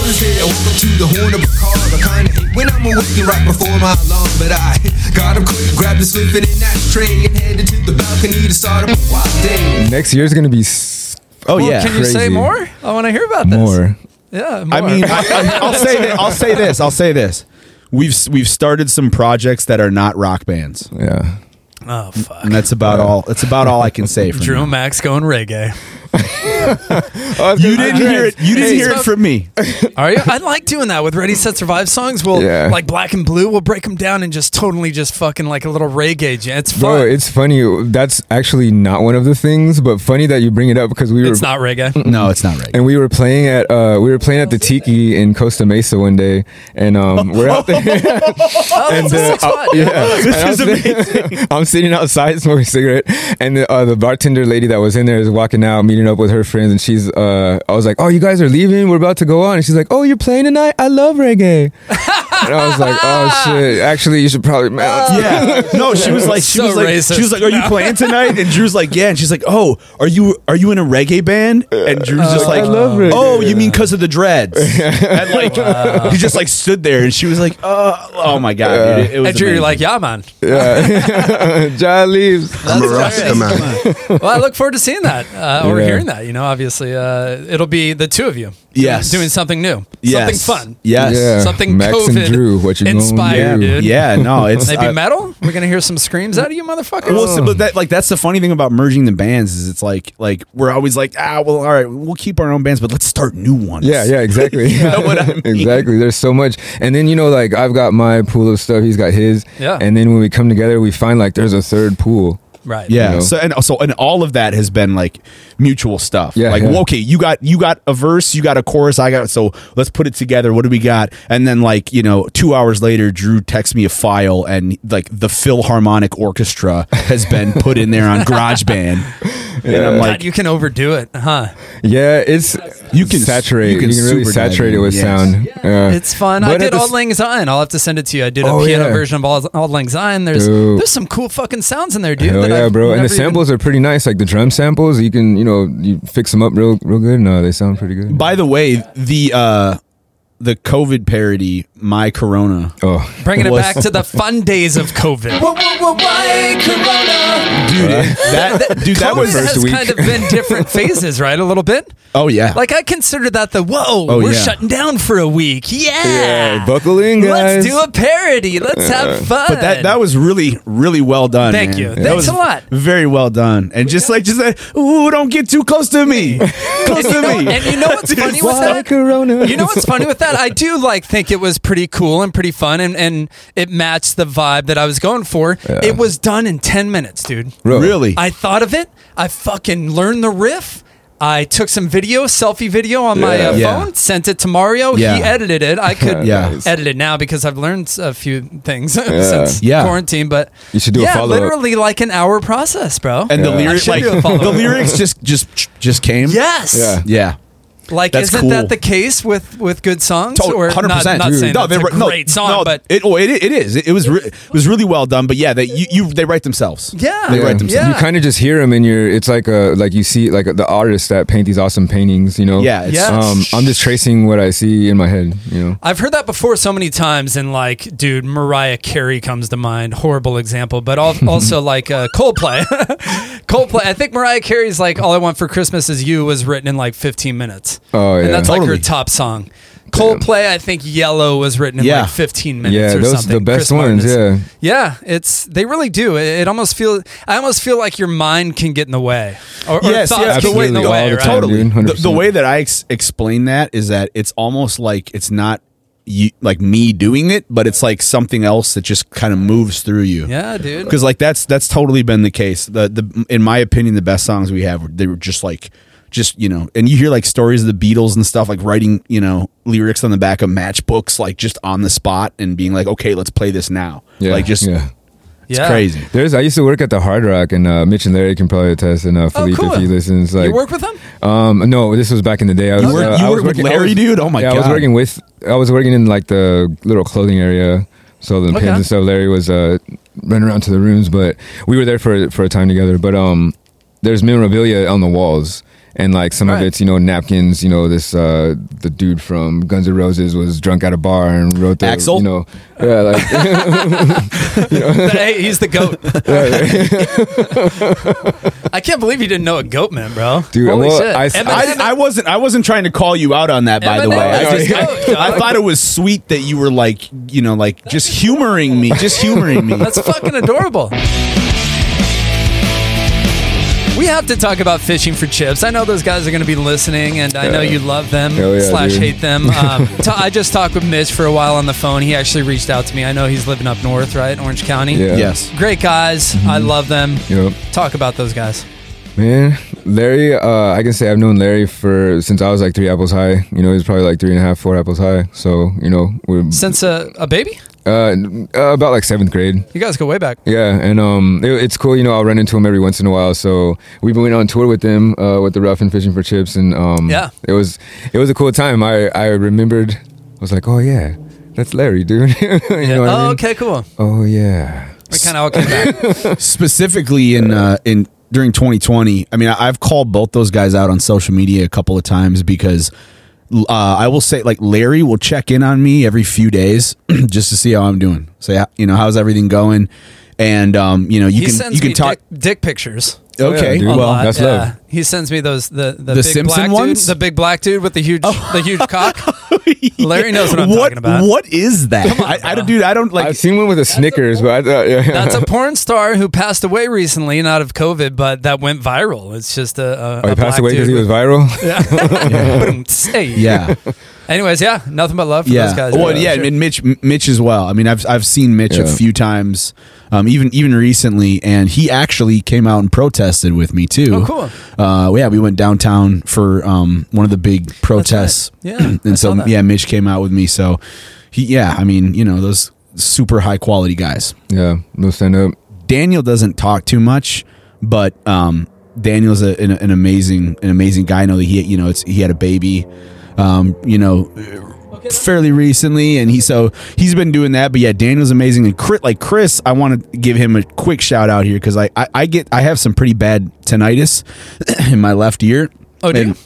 Thursday I woke up to the horn of a car The kind of hate when I'm awakened right before my alarm But I got up quick, grabbed a swift and an ashtray And headed to the balcony to start up a wild day
Next year's gonna be s-
Oh
Well,
yeah.
Can you say
Crazy.
more? I want to hear about this.
more.
Yeah.
I
more.
mean, I, I'll say this. I'll say this. I'll say this. We've we've started some projects that are not rock bands,
Yeah.
oh fuck.
and that's about all. That's about all I can say. For
Drew Max going reggae.
you didn't hear it. You didn't
Hey,
hear it
smoke-
from me.
Are you? I like doing that with Ready Set Survive songs. We'll
Yeah.
like Black and Blue. We'll break them down and just totally just fucking like a little reggae jam. It's fun.
Bro, it's funny. That's actually not one of the things, but funny that you bring it up because we were
it's not reggae.
No, it's not right.
and we were playing at uh we were playing at the Tiki in Costa Mesa one day, and um we're out there. and
that's a
uh,
sick spot,
yeah, And I'm sitting- *laughs* I'm sitting outside smoking a cigarette, and the, uh, the bartender lady that was in there is walking out, meeting up with her friends, and she's uh I was like, oh, you guys are leaving, we're about to go on, and she's like, oh, you're playing tonight? I love reggae, and I was like, oh shit, actually, you should probably man,
Yeah. No, she was like, she
So
was like,
racist.
she was like, are you playing tonight? And Drew's like, yeah. And she's like, oh, are you are you in a reggae band? And Drew's just like,
I love reggae.
oh, you mean because of the
*laughs*
dreads? and like, he just like stood there, and she was like, oh, oh my god, dude, it, it was.
And Drew,
amazing.
you're like, yeah, man.
*laughs* John leaves.
I'm a Rasta man.
Well, I look forward to seeing that uh, or
Yeah.
hearing that. You know, obviously, uh, it'll be the two of you.
Yes.
Doing something new.
Yes.
Something fun.
Yes.
Yeah.
Something
Max and
COVID
Drew, what you gonna
inspired,
do?
dude.
Yeah,
*laughs*
no, it's
Maybe
I-
metal. We're gonna hear some screams out of you, motherfuckers.
Well, so, but that like that's the funny thing about merging the bands is it's like like we're always like ah well all right we'll keep our own bands but let's start new ones. *laughs*
Yeah, yeah, exactly.
know
*laughs*
what I mean?
Exactly. There's so much, and then you know, like I've got my pool of stuff. He's got his.
Yeah.
And then when we come together, we find like there's a third pool.
right.
Yeah.
You know?
So and so and all of that has been like mutual stuff.
Yeah,
Like
yeah.
well, okay, you got you got a verse, you got a chorus, I got so let's put it together. What do we got? And then like you know, two hours later, Drew texts me a file, and like the Philharmonic Orchestra has been put in there on
*laughs*
GarageBand, and I'm
God,
like.
you can overdo it, huh?
Yeah, it's
You can-
saturate.
you
You
can
can,
super
really
dive
saturate it
in,
with
yes.
sound. Yeah.
It's fun. I
But at
did
the
Auld
s-
Lang Syne. I'll have to send it to you. I did a
Oh,
piano
yeah.
version of Auld Auld Lang Syne. There's
Dude.
there's some cool fucking sounds in there, dude.
Hell
that
yeah,
I've
bro! And
never
the
even-
samples are pretty nice. Like the drum samples, you can you know you fix them up real real good. No, they sound pretty good.
By the way, the uh, the COVID parody, my Corona.
oh,
bringing it
was-
back to the fun days of COVID.
dude, that dude, that
COVID
was
has kind of been
*laughs*
different phases, right? A little bit.
Oh yeah,
Like I consider that the whoa,
Oh,
we're
yeah.
shutting down for a week. Yeah.
yeah, buckle in, guys.
Let's do a parody. Let's have fun.
But that that was really really well done.
Thank
man.
you.
That
Thanks
was
a lot.
Very well done. And just like just that. Ooh, don't get too close to me.
*laughs*
Close to
You know-
me.
and you know what's funny with
Why
that?
Corona?
You know what's funny with that? I do like think it was pretty cool and pretty fun, and, and it matched the vibe that I was going for. It was done in ten minutes, dude.
Bro,
Really?
I thought of it. I fucking learned the riff. I took some video, selfie video on my uh,
Yeah.
phone, sent it to Mario.
Yeah.
He edited it. I could
*laughs* Yeah.
edit it now because I've learned a few things *laughs* since
Yeah.
quarantine. But
You should do a
yeah,
follow-up.
literally like an hour process, bro.
And the
I
lyrics
should
like
do a follow-up.
*laughs* the lyrics just just just came.
Yes.
Yeah.
Yeah.
Like,
That's
isn't
cool.
that the case with with good songs?
Totally,
or not, not saying
No,
that's
they
a
wrote- no,
great song,
no,
but
it, oh, it, it is. It, it was re- it was really well done. But yeah, they you, you they write themselves.
yeah,
they write
yeah.
themselves.
You kind of just hear them in your. It's like a like you see like the artists that paint these awesome paintings. You know.
Yeah, it's-
Yeah. *laughs*
Um, I'm just tracing what I see in my head. You know.
I've heard that before so many times, and like, dude, Mariah Carey comes to mind. Horrible example, but al- also like uh, Coldplay. *laughs* Coldplay. I think Mariah Carey's like "All I Want for Christmas Is You" was written in like 15 minutes.
Oh,
and
yeah.
that's like
Totally.
her top song. Coldplay, I think "Yellow" was written in
Yeah.
like 15 minutes.
Yeah,
or
those are the
something.
best ones,
Martin's- yeah, it's they really do. It, it almost feels. I almost feel like your mind can get in the way, or, or thoughts can get in the
absolutely, Oh, all
way.
the
right?
time.
totally.
dude,
The, the
100%.
way that I ex- explain that is that it's almost like it's not you, like me doing it, but it's like something else that just kind of moves through you.
Yeah, dude.
Because like that's that's totally been the case. The the in my opinion, the best songs we have they were just like just you know, and you hear like stories of the Beatles and stuff, like writing you know lyrics on the back of matchbooks, like just on the spot and being like, okay, let's play this now.
Yeah.
like just
yeah.
Yeah.
crazy.
There's I used to work at the Hard Rock, and uh, Mitch and Larry can probably attest, and uh, Philippe
Oh, cool.
if he listens. Like,
you work
*laughs*
with them?
Um, no, this was back in the day. I was,
work-
uh,
you
I was
work with
working- I
Larry,
was-
dude? Oh my
yeah, I was
God.
working with. I was working in like the little clothing area, selling
Okay.
pins and stuff. Larry was uh, running around to the rooms, but we were there for for a time together. But um, there's memorabilia on the walls. And like some of
Right.
it's you know napkins you know this uh the dude from Guns N' Roses was drunk at a bar and wrote the
Axl?
you know yeah like *laughs*
hey, he's the goat. *laughs* I can't believe you didn't know what goat meant, bro.
Dude,
Holy
well,
shit.
I-
Eminem-
I, I wasn't I wasn't trying to call you out on that by the way. I,
Eminem is
just,
goat,
I
dog.
thought it was sweet that you were like you know like just humoring me, just humoring me.
That's fucking adorable. We have to talk about fishing for chips. I know those guys are going to be listening, and I know you love them
Hell yeah,
slash
dude.
hate
*laughs*
them. Um, t- I just talked with Mitch for a while on the phone. He actually reached out to me. I know he's living up north, right, Orange County.
yeah
yes.
Great guys. I
Mm-hmm.
love them.
Yep.
Talk about those guys.
Man, Larry, uh, I can say I've known Larry for since I was like three apples high. You know, he's probably like three and a half, four apples high. So you know, we're
Since a, a baby,
uh, uh, about like seventh grade.
you guys go way back.
Yeah, and um, it, it's cool. You know, I'll run into him every once in a while. So we've been on tour with them uh, with the Rough and Fishing for Chips, and um,
Yeah.
it was it was a cool time. I I remembered. I was like, oh yeah, that's Larry, dude. *laughs* you know what I
oh,
mean?
okay, cool.
Oh yeah.
We kind of all came back.
specifically in uh, in during 2020 i mean I- i've called both those guys out on social media a couple of times because uh, i will say like larry will check in on me every few days *clears throat* just to see how i'm doing say "Ah, you know how's everything going and um, you know you
He
can
sends
you can
me Oh,
talk
dick, dick pictures.
okay
Yeah, dude.
a
well
lot,
that's
yeah.
love.
He sends me those the the, big
Simpson
black
ones? Oh.
dude, the big black dude with the huge the huge
*laughs*
cock. Larry knows what I'm talking about.
what is that I, I don't dude i don't like
I've seen one with a Snickers, but I thought, yeah.
That's a porn star who passed away recently, not of COVID, but that went viral. It's just a, a,
*laughs* oh,
a
he
black
passed away because
dude.
he was viral.
*laughs*
*laughs* was, hey.
yeah
Anyways, yeah, nothing but love for
yeah.
those guys.
Well, yeah, and Mitch, M- Mitch as well. I mean, I've I've seen Mitch a
Yeah.
few times, um, even even recently, and he actually came out and protested with me too.
Oh, cool.
Uh, yeah, we went downtown for um, one of the big protests. *clears throat*
right. Yeah, I
and
saw
so
that.
yeah, Mitch came out with me. So he, yeah, I mean, you know, those super high quality guys.
*laughs* yeah, no stand up.
Daniel doesn't talk too much, but um, Daniel's a, an, an amazing an amazing guy. I know that he you know it's he had a baby, um, you know, fairly recently, and he so he's been doing that. But yeah, Daniel's amazing and Chris, like Chris, I want to give him a quick shout out here because I, I I get I have some pretty bad tinnitus *clears throat* in my left ear.
Oh, do you?
And-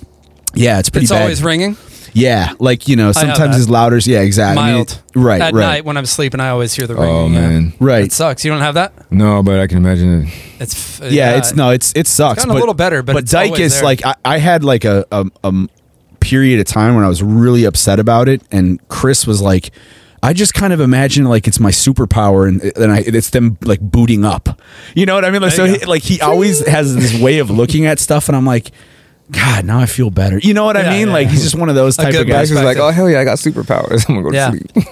yeah, it's pretty
it's
bad.
always ringing.
yeah, like you know, sometimes
that.
it's louder. Yeah, exactly. I mean,
Mild.
right,
At
right,
night when I'm sleeping, I always hear the ringing.
Oh
yeah.
man,
right.
It sucks. You don't have that?
no, but I can imagine it.
It's f- uh,
yeah, it's no, it's it sucks.
gotten a little better, but it's always
Dykus,
there.
like I, I had like a, a a period of time when I was really upset about it, and Chris was like, I just kind of imagine like it's my superpower, and and I it's them like booting up, you know what I mean? Like so,
you
he, like he always has this way of looking at stuff, and I'm like. God, now I feel better. You know what
Yeah,
I mean?
yeah,
like
yeah.
he's just one of those
A
type
good
of guys.
Guys was like,
Perspective.
oh hell yeah, I got superpowers. *laughs* I'm gonna go
Yeah.
to sleep.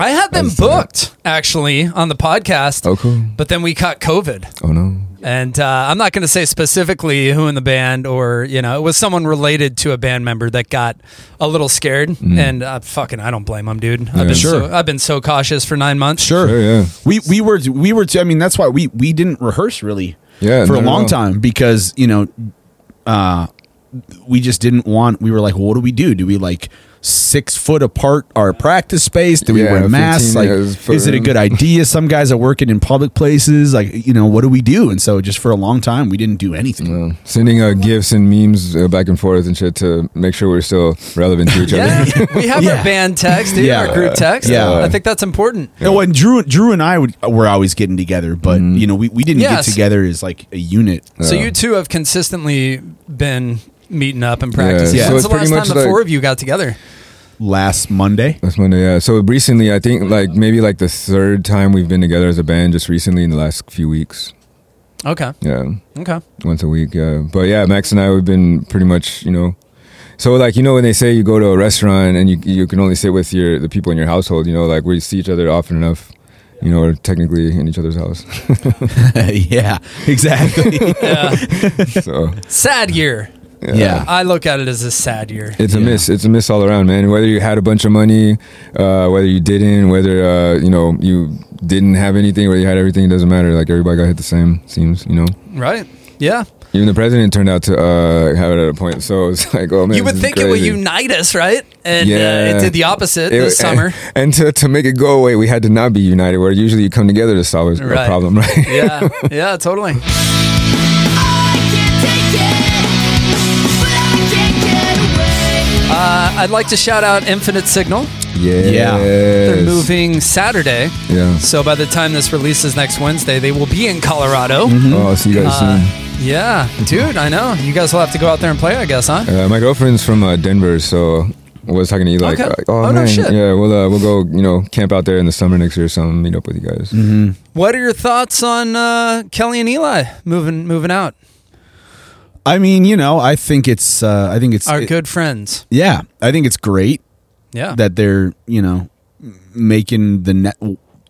I had them
uh,
booked actually on the podcast.
Oh, cool.
But then we caught COVID.
Oh no.
And uh, I'm not going to say specifically who in the band or, you know, it was someone related to a band member that got a little scared. And uh, fucking, I don't blame them, dude. I've, been
Mm. Sure.
so, I've been so cautious for nine months.
Sure.
Sure, yeah.
We we were we were. I mean, that's why we we didn't rehearse really.
Yeah,
For a
not at
long
all.
time because you know, uh, we just didn't want. We were like, well, what do we do? Do we like six foot apart our practice space? Do we
Yeah,
wear masks?
15
Like,
is for-
is it a good idea? Some guys are working in public places. Like, you know, what do we do? And so, just for a long time, we didn't do anything.
Yeah. Sending uh, gifs and memes uh, back and forth and shit to make sure we're still relevant to
*laughs*
each
Yeah,
*laughs*
other.
we have our
Yeah.
band text, dude,
Yeah.
our group text.
Yeah.
I think that's important.
No, and Drew, Drew and I would, were always getting together, but
Mm-hmm.
you know, we, we didn't
Yes.
get together as like a unit.
So you two have consistently been meeting up and practicing.
Yeah, so
When's
it's
the last
pretty
time
much
the
like-
four of you got together?
Last Monday, *laughs*
That's Monday. Yeah. So recently, I think like maybe like the third time we've been together as a band, just recently in the last few weeks.
Okay.
Yeah.
Okay.
once a week. Yeah, but yeah, Max and I we've been pretty much you know. So like you know when they say you go to a restaurant and you you can only sit with your the people in your household, you know like we see each other often enough, you know, or technically in each other's house. *laughs*
yeah, exactly. *laughs*
so
Sad year.
Yeah.
I look at it as a sad year.
It's a miss. It's a miss all around, man. Whether you had a bunch of money, uh, whether you didn't, whether uh, you know you didn't have anything, whether you had everything, it doesn't matter. Like everybody got hit the same. Seems you know.
Right? Yeah.
Even the president turned out to uh, have it at a point. So it's *laughs* like, oh man,
you would
this is
think it would
crazy.
unite us, right? And uh,
Yeah.
it did the opposite
It- *laughs*
this summer.
And, to, to make it go away, we had to not be united. Where usually you come together to solve a
Right.
problem, *laughs* right?
yeah. Yeah, totally. Uh, I'd like to shout out Infinite Signal.
yeah.
Yeah.
They're moving Saturday.
Yeah.
So by the time this releases next Wednesday, they will be in Colorado.
Oh, see
Uh,
you guys soon.
Yeah, dude, I know. You guys will have to go out there and play, I guess, huh?
Uh, my girlfriend's from uh, Denver, so I was talking to you like,
Okay.
uh, oh,
Oh, no
man,
shit.
yeah, we'll uh, we'll go, you know, camp out there in the summer next year or something, meet up with you guys.
Mm-hmm.
What are your thoughts on uh, Kelly and Eli moving moving out?
I mean, you know, I think it's uh, I think it's
Our
it-
good friends.
Yeah, I think it's great
Yeah.
that they're you know making the net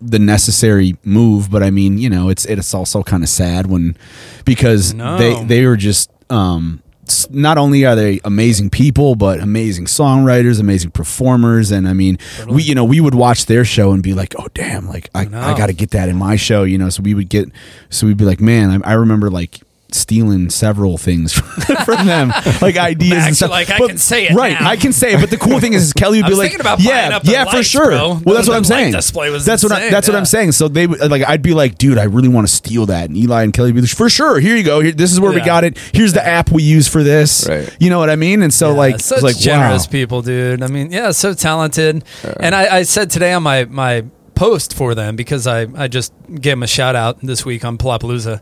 the necessary move but i mean you know it's it's also kind of sad when because
No.
they they were just um s- not only are they amazing people but amazing songwriters amazing performers and i mean we you know we would watch their show and be like oh damn like i, I
know.
gotta get that in my show you know so we would get so we'd be like man i, I remember like stealing several things *laughs* from them like ideas
Max,
and stuff
you're like, I can say it
right
now.
i can say it but the cool thing is,
*laughs*
is kelly would
I
be
was
like,
thinking about
yeah,
buying up the
yeah, for
lights,
sure.
bro.
Well, that's
The
what I'm
light
saying.
display was
that's what I,
insane,
that's what
yeah.
I'm saying. So they would- like, I'd be like, dude, I really want to steal that. And Eli and Kelly would be like, for sure. Here you go. Here, this is where we
Yeah.
got it. Here's the app we use for this.
Right.
You know what I mean? And so like,
Yeah,
it's
such
like
generous
wow.
people, dude. I mean, yeah, so talented. and I, I said today on my my post for them because I I just gave them a shout out this week on Palapalooza.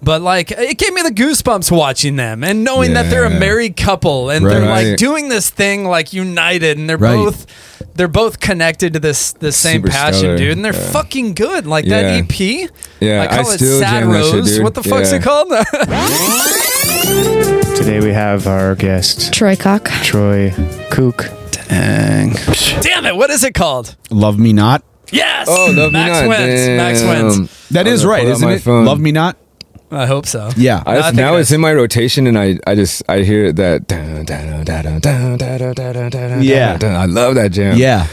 But like, it gave me the goosebumps watching them and knowing that they're a
Yeah.
married couple and they're
Right.
like doing this thing like united and they're
Right.
both they're both connected to this this same
Super
passion,
stellar.
dude. And they're fucking good. Like
Yeah.
that EP.
Yeah,
I
I
call it
still
Sad
jam that shit,
Rose.
dude.
what the fuck's
Yeah.
it called? *laughs*
Today we have our guest,
Troy Cock.
Troy Kook.
Damn it! What is it called?
Love me not.
Yes.
Oh, love me
Max
not.
wins. Max wins.
Damn.
That
I'm
is
gonna
right,
pull out
isn't
my
it?
phone.
Love me not.
I hope so.
Yeah.
I
No,
just-
I think
now
it
it's
is.
in my rotation, and I, I just I hear it that dun, dun, dun, dun, dun, dun, dun, dun,
Yeah.
dun. I love that jam.
Yeah.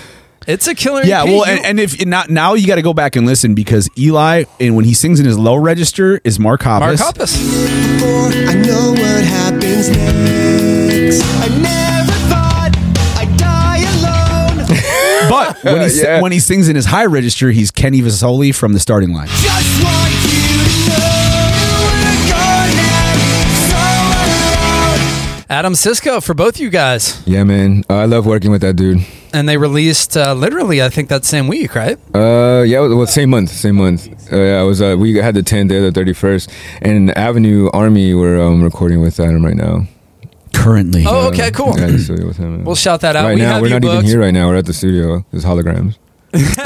It's a killer.
Yeah,
EP.
well,
You-
and, and if not now, you got to go back and listen because Eli, and when he sings in his low register, is Mark
Mark
Hoppus.
Hoppus.
I know what happens next. I never thought I'd die alone.
But when
*laughs*
he, si-
Yeah.
when he sings in his high register, he's Kenny Vasoli from the starting line.
Just want you to know we're gonna
Adam Sisko for both you guys,
yeah, man. Uh, I love working with that dude.
and they released uh, literally, I think that same week, right?
Uh, yeah, well, same month, same month. Uh, yeah, I was. Uh, we had the 10th, there, the 31st, and Avenue Army. We're um, recording with Adam right now.
Currently.
Oh, okay, cool. *laughs*
Yeah, in the studio with him.
We'll shout that out.
Right
we
now,
have
we're
you
not
booked.
even here right now. We're at the studio. There's holograms.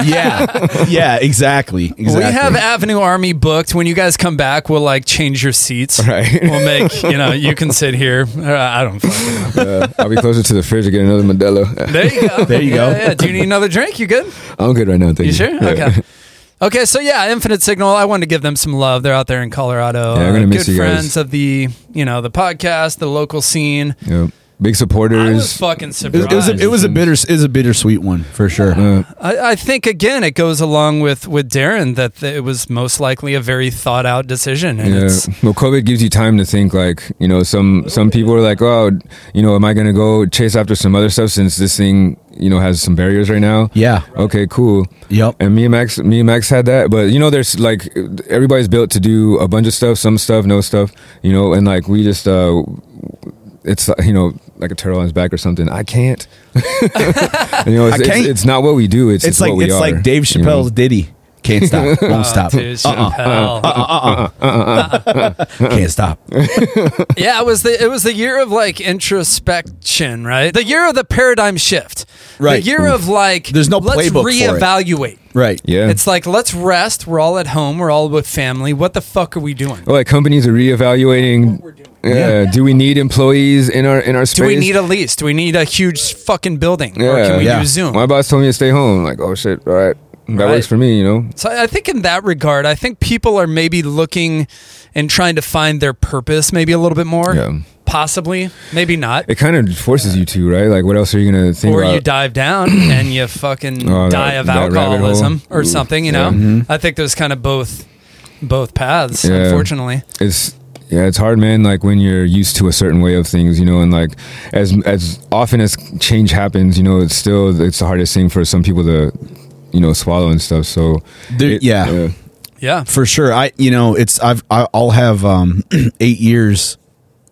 Yeah. yeah, exactly. Exactly.
We have Avenue Army booked. When you guys come back, we'll like change your seats.
Right.
We'll make you know you can sit here. Uh, I don't. Fucking know.
Uh, I'll be closer to the fridge to get
*laughs*
another Modelo.
There you go.
There you go.
Yeah, yeah. Do you need another drink? You good?
I'm good right now. Thank you.
You sure?
Yeah.
Okay. Okay, so yeah, Infinite Signal. I wanted to give them some love. They're out there in Colorado.
Yeah, I'm gonna
Uh,
miss
good
you guys.
friends of the, you know, the podcast, the local scene.
*laughs* Yeah.
I
Big
was
supporters.
fucking
It,
surprised.
was- it was a, it was a bitter it was a bittersweet one for sure.
Uh,
I, I think again, it goes along with with Darren that th- it was most likely a very thought out decision, and
Yeah. *laughs*
it's
Well, COVID gives you time to think. Like, you know, some some people are like, "Oh, you know, am I gonna go chase after some other stuff since this thing, you know, has some barriers right now?"
Yeah.
Okay. Cool.
Yep.
And me and Max, me and Max had that, but you know, there's like everybody's built to do a bunch of stuff, some stuff, no stuff, you know, and like we just, uh, it's uh, you know, like a turtle on his back or something. I can't. *laughs* you know, it's,
I can't.
It's, it's not what we do. It's,
it's
it's
like
what we
it's
are,
like Dave
you know?
Chappelle's Diddy. Can't
*laughs*
stop. Won't stop.
Dude, Chappelle.
Can't stop.
yeah, it was the it was the year of like introspection, right? The year of the paradigm shift,
Right.
The year of like
There's no
let's
playbook for it.
reevaluate.
Right.
Yeah.
It's like let's rest. We're all at home. We're all with family. What the fuck are we doing?
Well, like companies are reevaluating. Yeah. Do we need employees in our in our space?
Do we need a lease? Do we need a huge fucking building, or can we
Yeah.
use Zoom?
My boss told me to stay home. Like, oh shit, all right, that
Right.
works for me. You know,
So I I think in that regard, I think people are maybe looking and trying to find their purpose maybe a little bit more.
Yeah.
Possibly, maybe not.
It kind of forces you to, right? Like, what else are you gonna think
Or
about?
you dive down
*coughs*
and you fucking
Oh, that-
die of
that rabbit hole.
alcoholism or something. You know,
Yeah. Mhm.
I think there's kind of both both paths.
Yeah.
Unfortunately,
it's yeah, it's hard, man. Like when you're used to a certain way of things, you know, and like as as often as change happens, you know, it's still it's the hardest thing for some people to, you know, swallow and stuff. So
There- yeah.
yeah.
for sure i you know it's i've I- i'll have um *clears throat* eight years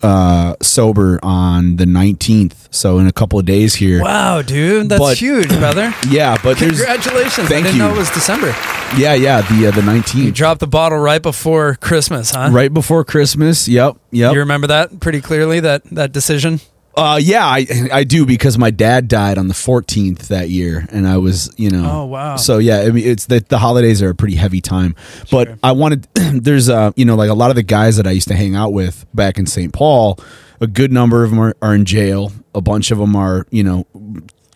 uh sober on the 19th so in a couple of days here
Wow, dude, that's
But-
huge,
*coughs*
brother.
yeah but there's
Congratulations! I
Thank
didn't
you.
know it was December.
yeah yeah the uh, the
You
19th
dropped the bottle right before Christmas, huh?
right before christmas yep yep
You remember that pretty clearly. That that decision.
uh yeah i i do because my dad died on the 14th that year and i was you know
Oh, wow.
so yeah i mean it's that the holidays are a pretty heavy time but i wanted *clears throat* there's uh you know like a lot of the guys that i used to hang out with back in st paul a good number of them are, are in jail a bunch of them are you know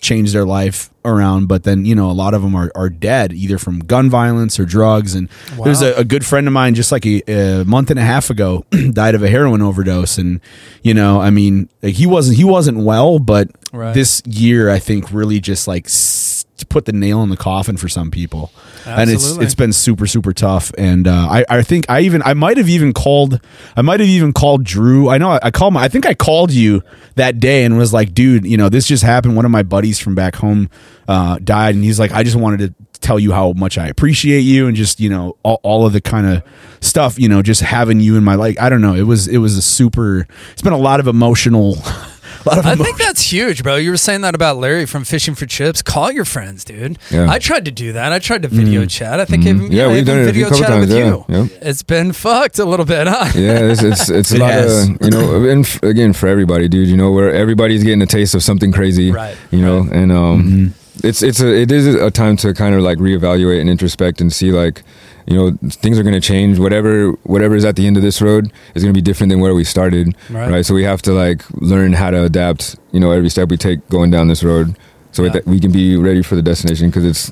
change their life around but then you know a lot of them are, are dead either from gun violence or drugs and there's a, a good friend of mine just like a, a month and a half ago *clears throat* died of a heroin overdose and you know i mean like he wasn't he wasn't well but
Right.
this year i think really just like s- put the nail in the coffin for some people and it's
Absolutely.
it's been super super tough and uh, I, I think i even i might have even called i might have even called drew i know i, I called my, i think i called you that day and was like dude you know this just happened one of my buddies from back home uh, died and he's like i just wanted to tell you how much i appreciate you and just you know all, all of the kind of stuff you know just having you in my life i don't know it was it was a super it's been a lot of emotional *laughs* a lot of
I
emo-
think that's huge, bro. You were saying that about Larry from Fishing for Chips. Call your friends, dude.
Yeah. Mm.
I tried to do that. I tried to video chat. I think even,
Yeah,
I
we've
even
done it a
video
couple
chatted
times,
with
yeah.
you.
Yep.
It's been fucked a little bit, huh?
Yeah, it's it's, it's a
It
lot
has.
of you know, and f- again for everybody, dude. You know, where everybody's getting a taste of something crazy,
Right,
You know, and um, it's it's a it is a time to kind of like reevaluate and introspect and see like, you know, things are going to change. Whatever whatever is at the end of this road is going to be different than where we started,
Right.
So we have to like learn how to adapt. You know, every step we take going down this road, so
Yeah.
that we can be ready for the destination because it's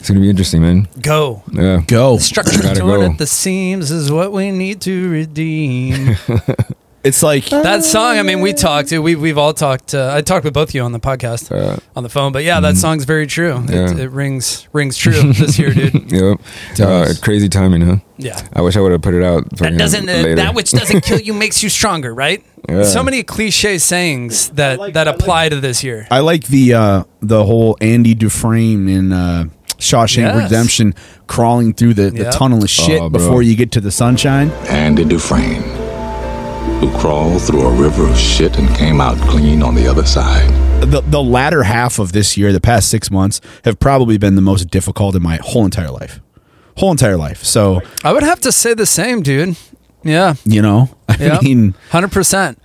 it's going to be interesting, man.
Go.
Yeah.
go
Structure
Gotta
torn
go.
at the seams is what we need to redeem. *laughs*
it's like
that song, I mean, we talked. We we've all talked. Uh, I talked with both of you on the podcast,
Yeah. Mm-hmm.
on the phone. But yeah, that song's very true.
Yeah.
It, it rings rings true this year,
*laughs*
dude.
Yep. Uh,
Does.
crazy timing, huh?
Yeah.
I wish I would have put it out.
that
fucking
doesn't uh,
later.
that which doesn't kill
*laughs*
you makes you stronger, right?
Yeah.
So many cliche sayings that that apply to this year.
I like the uh, the whole Andy Dufresne in uh, Shawshank
Yes.
Redemption crawling through the, the
Yep.
tunnel of shit
Oh, bro.
before you get to the sunshine.
Andy Dufresne, who crawled through a river of shit and came out clean on the other side.
The the latter half of this year, the past six months, have probably been the most difficult in my whole entire life, whole entire life. So
I would have to say the same, dude. Yeah.
you know, *laughs* I
Yeah.
mean,
100%.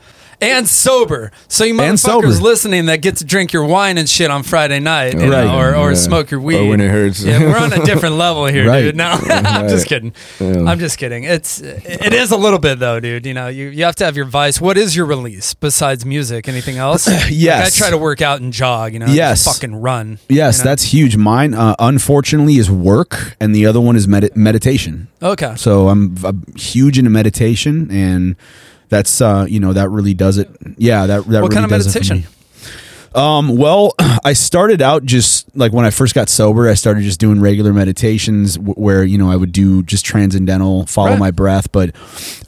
And sober. So you
And sober.
motherfuckers listening that get to drink your wine and shit on Friday night you
Right.
know, or, or
Yeah.
smoke your
Or
weed.
when it hurts.
Yeah, we're on
*laughs*
a different level here,
Right.
dude. No, *laughs* I'm just kidding.
Yeah.
I'm just kidding. It's it is a little bit though, dude. You know, you, you have to have your vice. What is your release besides music? Anything
*laughs*
else? Like, I
Yes.
try to work out and jog, you know, and
Yes.
just fucking run.
yes,
you know?
that's huge. Mine, uh, unfortunately, is work, and the other one is medi- meditation.
Okay.
So I'm, I'm huge into meditation, and that's uh, you know that really does it. Yeah, that that
What
really
kind of
does it for
meditation?
me. Um, well, *clears throat* I started out just like when I first got sober, I started just doing regular meditations w- where, you know, I would do just transcendental, follow
Right.
my breath. But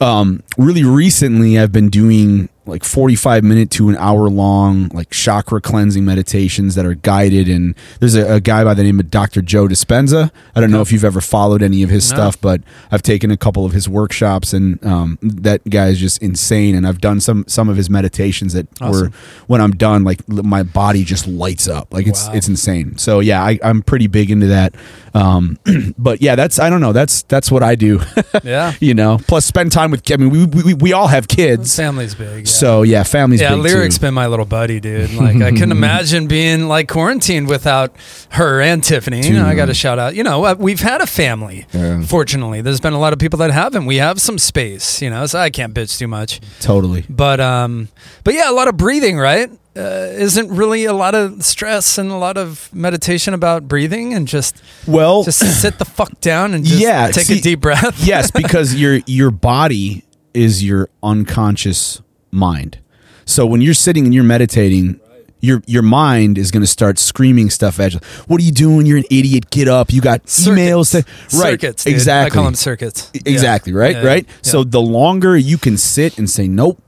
um, really recently, I've been doing like 45 minute to an hour long, like chakra cleansing meditations that are guided. And there's a, a guy by the name of Dr. Joe Dispenza. I don't know if you've ever followed any of his
No.
stuff, but I've taken a couple of his workshops and um, that guy is just insane. And I've done some, some of his meditations that
Awesome.
were when I'm done, like l- my body just lights up. Like it's
Wow.
it's insane. So yeah, I, I'm pretty big into that. Um, *clears throat* but yeah, that's I don't know. That's that's what I do. *laughs*
Yeah.
you know. Plus, spend time with. ki- I mean, we we, we- we all have kids.
Family's big. yeah.
So yeah, family's
Yeah,
big
lyric's
too.
been my little buddy, dude. Like I
*laughs*
couldn't imagine being like quarantined without her and Tiffany. You know, I got to shout out. You know, uh, we've had a family.
Yeah.
Fortunately, there's been a lot of people that haven't. We have some space. You know, so I can't bitch too much.
totally.
But um, but yeah, a lot of breathing, right? Uh, isn't really a lot of stress and a lot of meditation about breathing and just
Well,
just sit the fuck down and just
Yeah,
take
see-
a deep *laughs* breath.
yes, because your your body is your unconscious mind. So when you're sitting and you're meditating, your your mind is going to start screaming stuff at you. What are you doing? You're an idiot. Get up. You got emails. To, right.
Circuits. dude.
Exactly.
I call them circuits. Yeah.
Exactly. Right.
Yeah, yeah,
Right.
yeah.
So the longer you can sit and say nope.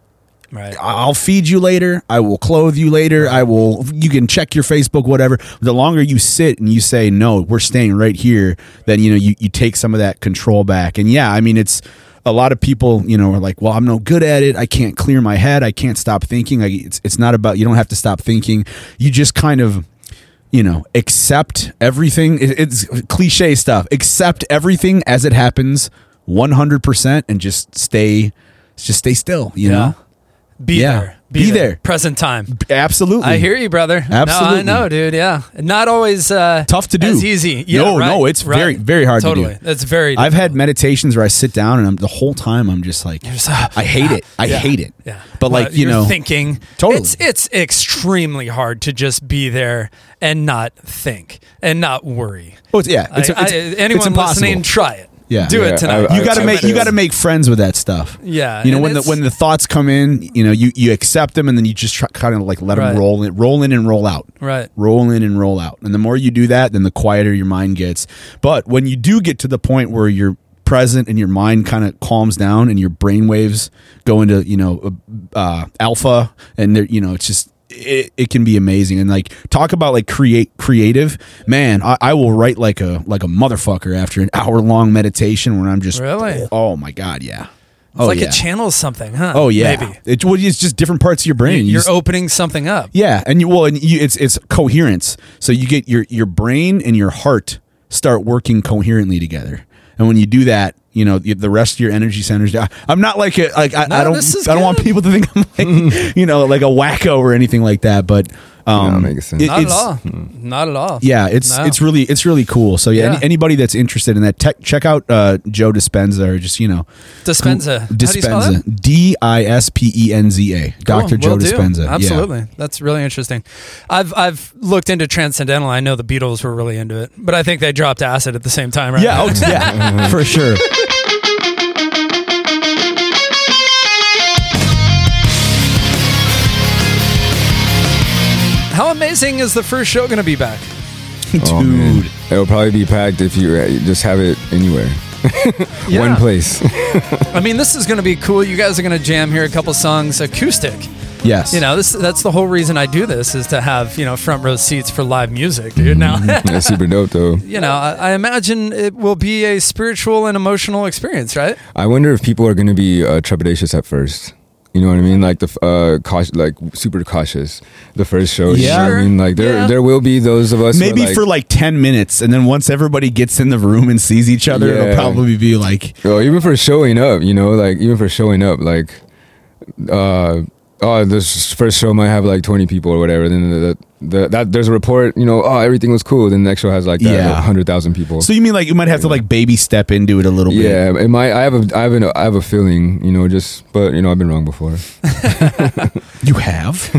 right.
I'll feed you later. I will clothe you later. I will. You can check your Facebook, whatever. The longer you sit and you say no, we're staying right here, then you know you you take some of that control back. And yeah, I mean it's a lot of people you know are like, well, I'm no good at it. I can't clear my head. I can't stop thinking. I, it's it's not about you don't have to stop thinking. You just kind of you know, accept everything. It- It's cliche stuff. Accept everything as it happens, one hundred percent, and just stay, just stay still. You know,
Be
Yeah.
there.
Be there.
Present time.
absolutely.
I hear you, brother.
Absolutely.
No, I know, dude. Yeah. Not always uh,
Tough to do.
It's easy. Yeah,
No,
right,
no, it's
right.
very- very hard to do.
Totally. That's very.
I've had meditations where I sit down and I'm the whole time I'm just like,
just, ah,
I hate it. I
Yeah.
hate it.
Yeah.
But like you
you're
know,
thinking
Totally.
It's it's extremely hard to just be there and not think and not worry.
Oh, it's- yeah,
I-
it's-
I-
it's- it's
anyone
impossible.
listening, try it.
Yeah.
do
Yeah,
it tonight.
I-
you got to
I
make you
do.
got to make friends with that stuff.
Yeah,
You know
and
when the
it's-
when the thoughts come in, you know you you accept them and then you just try, kind of like let
Right.
them roll in, roll in and roll out.
Right.
Roll in and roll out. And the more you do that, then the quieter your mind gets. But when you do get to the point where you're present and your mind kind of calms down and your brain waves go into you know uh, alpha and they're you know it's just it, it can be amazing and like talk about like create creative man I, I will write like a like a motherfucker after an *laughs* hour long meditation where i'm just
Really?
oh my god oh, yeah
It's like it channels something, huh?
Oh yeah,
Maybe
It, well, it's just different parts of your brain. You
you're
s-
opening something up.
yeah, and you well, and you, it's it's coherence. So you get your your brain and your heart start working coherently together, and when you do that, you know you- the rest of your energy centers. I, I'm not like a, like I,
No,
I don't
this is
I don't want
good.
people to think I'm
*laughs*
like you know like a wacko or anything like that. But um,
No, it makes sense.
Not at
it's-
all. Not at all.
yeah, it's
No.
it's really it's really cool. So yeah,
Yeah.
Any, anybody that's interested in that, tech, check out uh, Joe Dispenza or just you know
Dispenza. How do you spell that?
Dispenza D I S P E N Z A Doctor
Cool,
Joe
will do.
Dispenza. Yeah.
Absolutely, that's really interesting. I've I've looked into transcendental. I know the Beatles were really into it, but I think they dropped acid at the same time. Right? *laughs*
Yeah, oh, yeah, for sure.
How amazing is the first show going to be back?
Oh, man. It'll probably be packed if you uh, you just have it anywhere. *laughs* One place.
I mean, this is going to be cool. You guys are going to jam here a couple songs acoustic.
Yes.
You know, this that's the whole reason I do this is to have you know front row seats for live music, dude. Now.
Mm-hmm.
That's super dope though.
*laughs* You know, I, I imagine it will be a spiritual and emotional experience, right?
I wonder if people are going to be uh, trepidatious at first. You know what I mean? Like the f- uh, cautious, like super cautious. The first show. You know what
Sure.
I mean? Like there,
Yeah.
there will be those of us. who are
Maybe for like 10 minutes. And then once everybody gets in the room and sees each other, it'll
Yeah.
probably be like,
Well, Oh, even for showing up, you know, like even for showing up, like, uh, oh, this first show might have like twenty people or whatever. Then the, the, that there's a report, you know, oh, everything was cool. Then the next show has like that,
Yeah.
hundred thousand people.
so you mean like you might have to like baby step into it a little bit?
yeah, it might. I have a, I have an, I have a feeling, you know, just but you know, I've been wrong before. *laughs*
You have?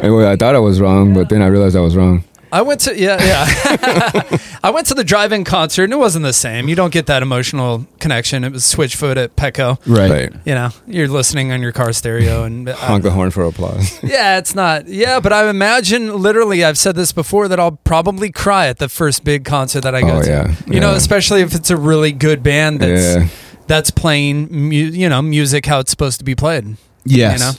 Anyway, I thought I was wrong, but then I realized I was wrong.
I went to yeah yeah. *laughs* I went to the drive-in concert and it wasn't the same. You don't get that emotional connection. It was Switchfoot at Petco.
right.
You know, you're listening on your car stereo and uh,
Honk the horn for applause. *laughs*
yeah, it's not. Yeah, but I imagine literally I've said this before that I'll probably cry at the first big concert that I go
Oh,
to.
yeah,
You know,
yeah.
especially if it's a really good band that's
Yeah.
that's playing mu- you know, music how it's supposed to be played.
Yes.
You know?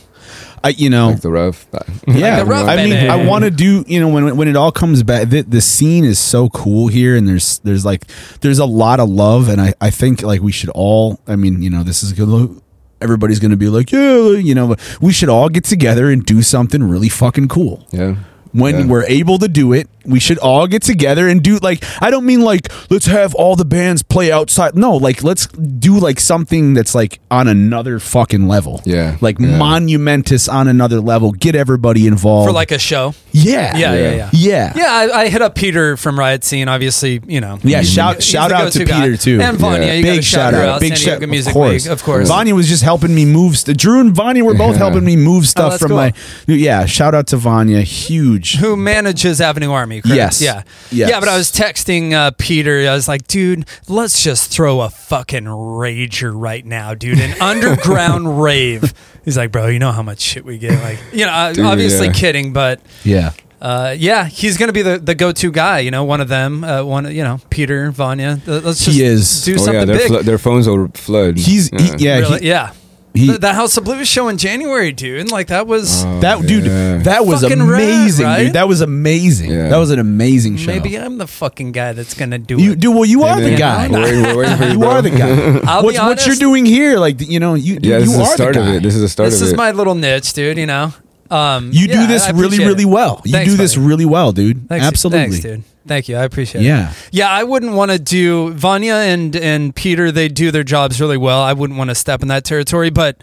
I, you know,
Like the rough.
yeah.
the rough
I mean,
band.
I want to do, you know, when, when it all comes back, the, the scene is so cool here and there's, there's like, there's a lot of love. And I, I think like we should all, I mean, you know, this is good. Everybody's going to be like, yeah, you know, but we should all get together and do something really fucking cool.
Yeah.
when
Yeah.
we're able to do it we should all get together and do like i don't mean like let's have all the bands play outside no like let's do like something that's like on another fucking level
Yeah.
like
Yeah.
monumentous on another level get everybody involved
For like a show.
yeah
Yeah, yeah,
Yeah.
yeah.
yeah
Yeah, I, I hit up Peter from Riot Scene. Obviously, you know.
Yeah,
he's the-
shout-
he's
shout
the
out to
go-to guy.
Peter, too.
and Vanya.
Yeah.
You gotta
Big shout out, big
San
shout,
Diego Music
of course,
League, of course.
Vanya was just helping me move. St- Drew and Vanya were both
Yeah.
helping me move
Oh, that's
stuff from
cool.
my. Yeah, shout out to Vanya, huge.
who manages Avenue Army, many
Yes.
credits. Yeah.
Yes.
Yeah, but I was texting uh, Peter. I was like, dude, let's just throw a fucking rager right now,
*laughs*
dude. An underground rave. He's like, bro, you know how much shit we get. Like, you know, I-
Dude,
obviously
yeah.
kidding, but
Yeah.
uh, yeah, he's going to be the, the go to guy, you know, one of them, uh, one, you know, Peter, Vanya. Th- Let's just
He is.
do
oh
something
yeah, their,
big.
flo- their phones will flood.
He's yeah. He, yeah,
Really,
he-
yeah.
he- Oh,
the, the House of Blue show in January, dude. Like, that was.
that dude,
yeah.
that was
Fucking rad,
amazing,
right?
dude. That was amazing.
Yeah.
That was an amazing show.
Maybe I'm the fucking guy that's gonna do
you
it.
do well. You are the
man.
guy.
We're waiting-
*laughs*
we're waiting for you,
You
bro.
are the guy.
*laughs* I'll
What's
be
what you're
honest,
doing here? Like you know, you
yeah, this
you
is the
are
start
the
of
guy.
it. This is the start
This
of
is
it.
my little niche, dude. You know, um,
You
yeah,
do this
I
really,
appreciate it.
really well. You
Thanks,
do this
buddy.
really well, dude.
Thanks,
Absolutely.
thanks, dude. Thank you. I appreciate
Yeah.
it. Yeah, I wouldn't want to do Vanya and and Peter. They do their jobs really well. I wouldn't want to step in that territory, but.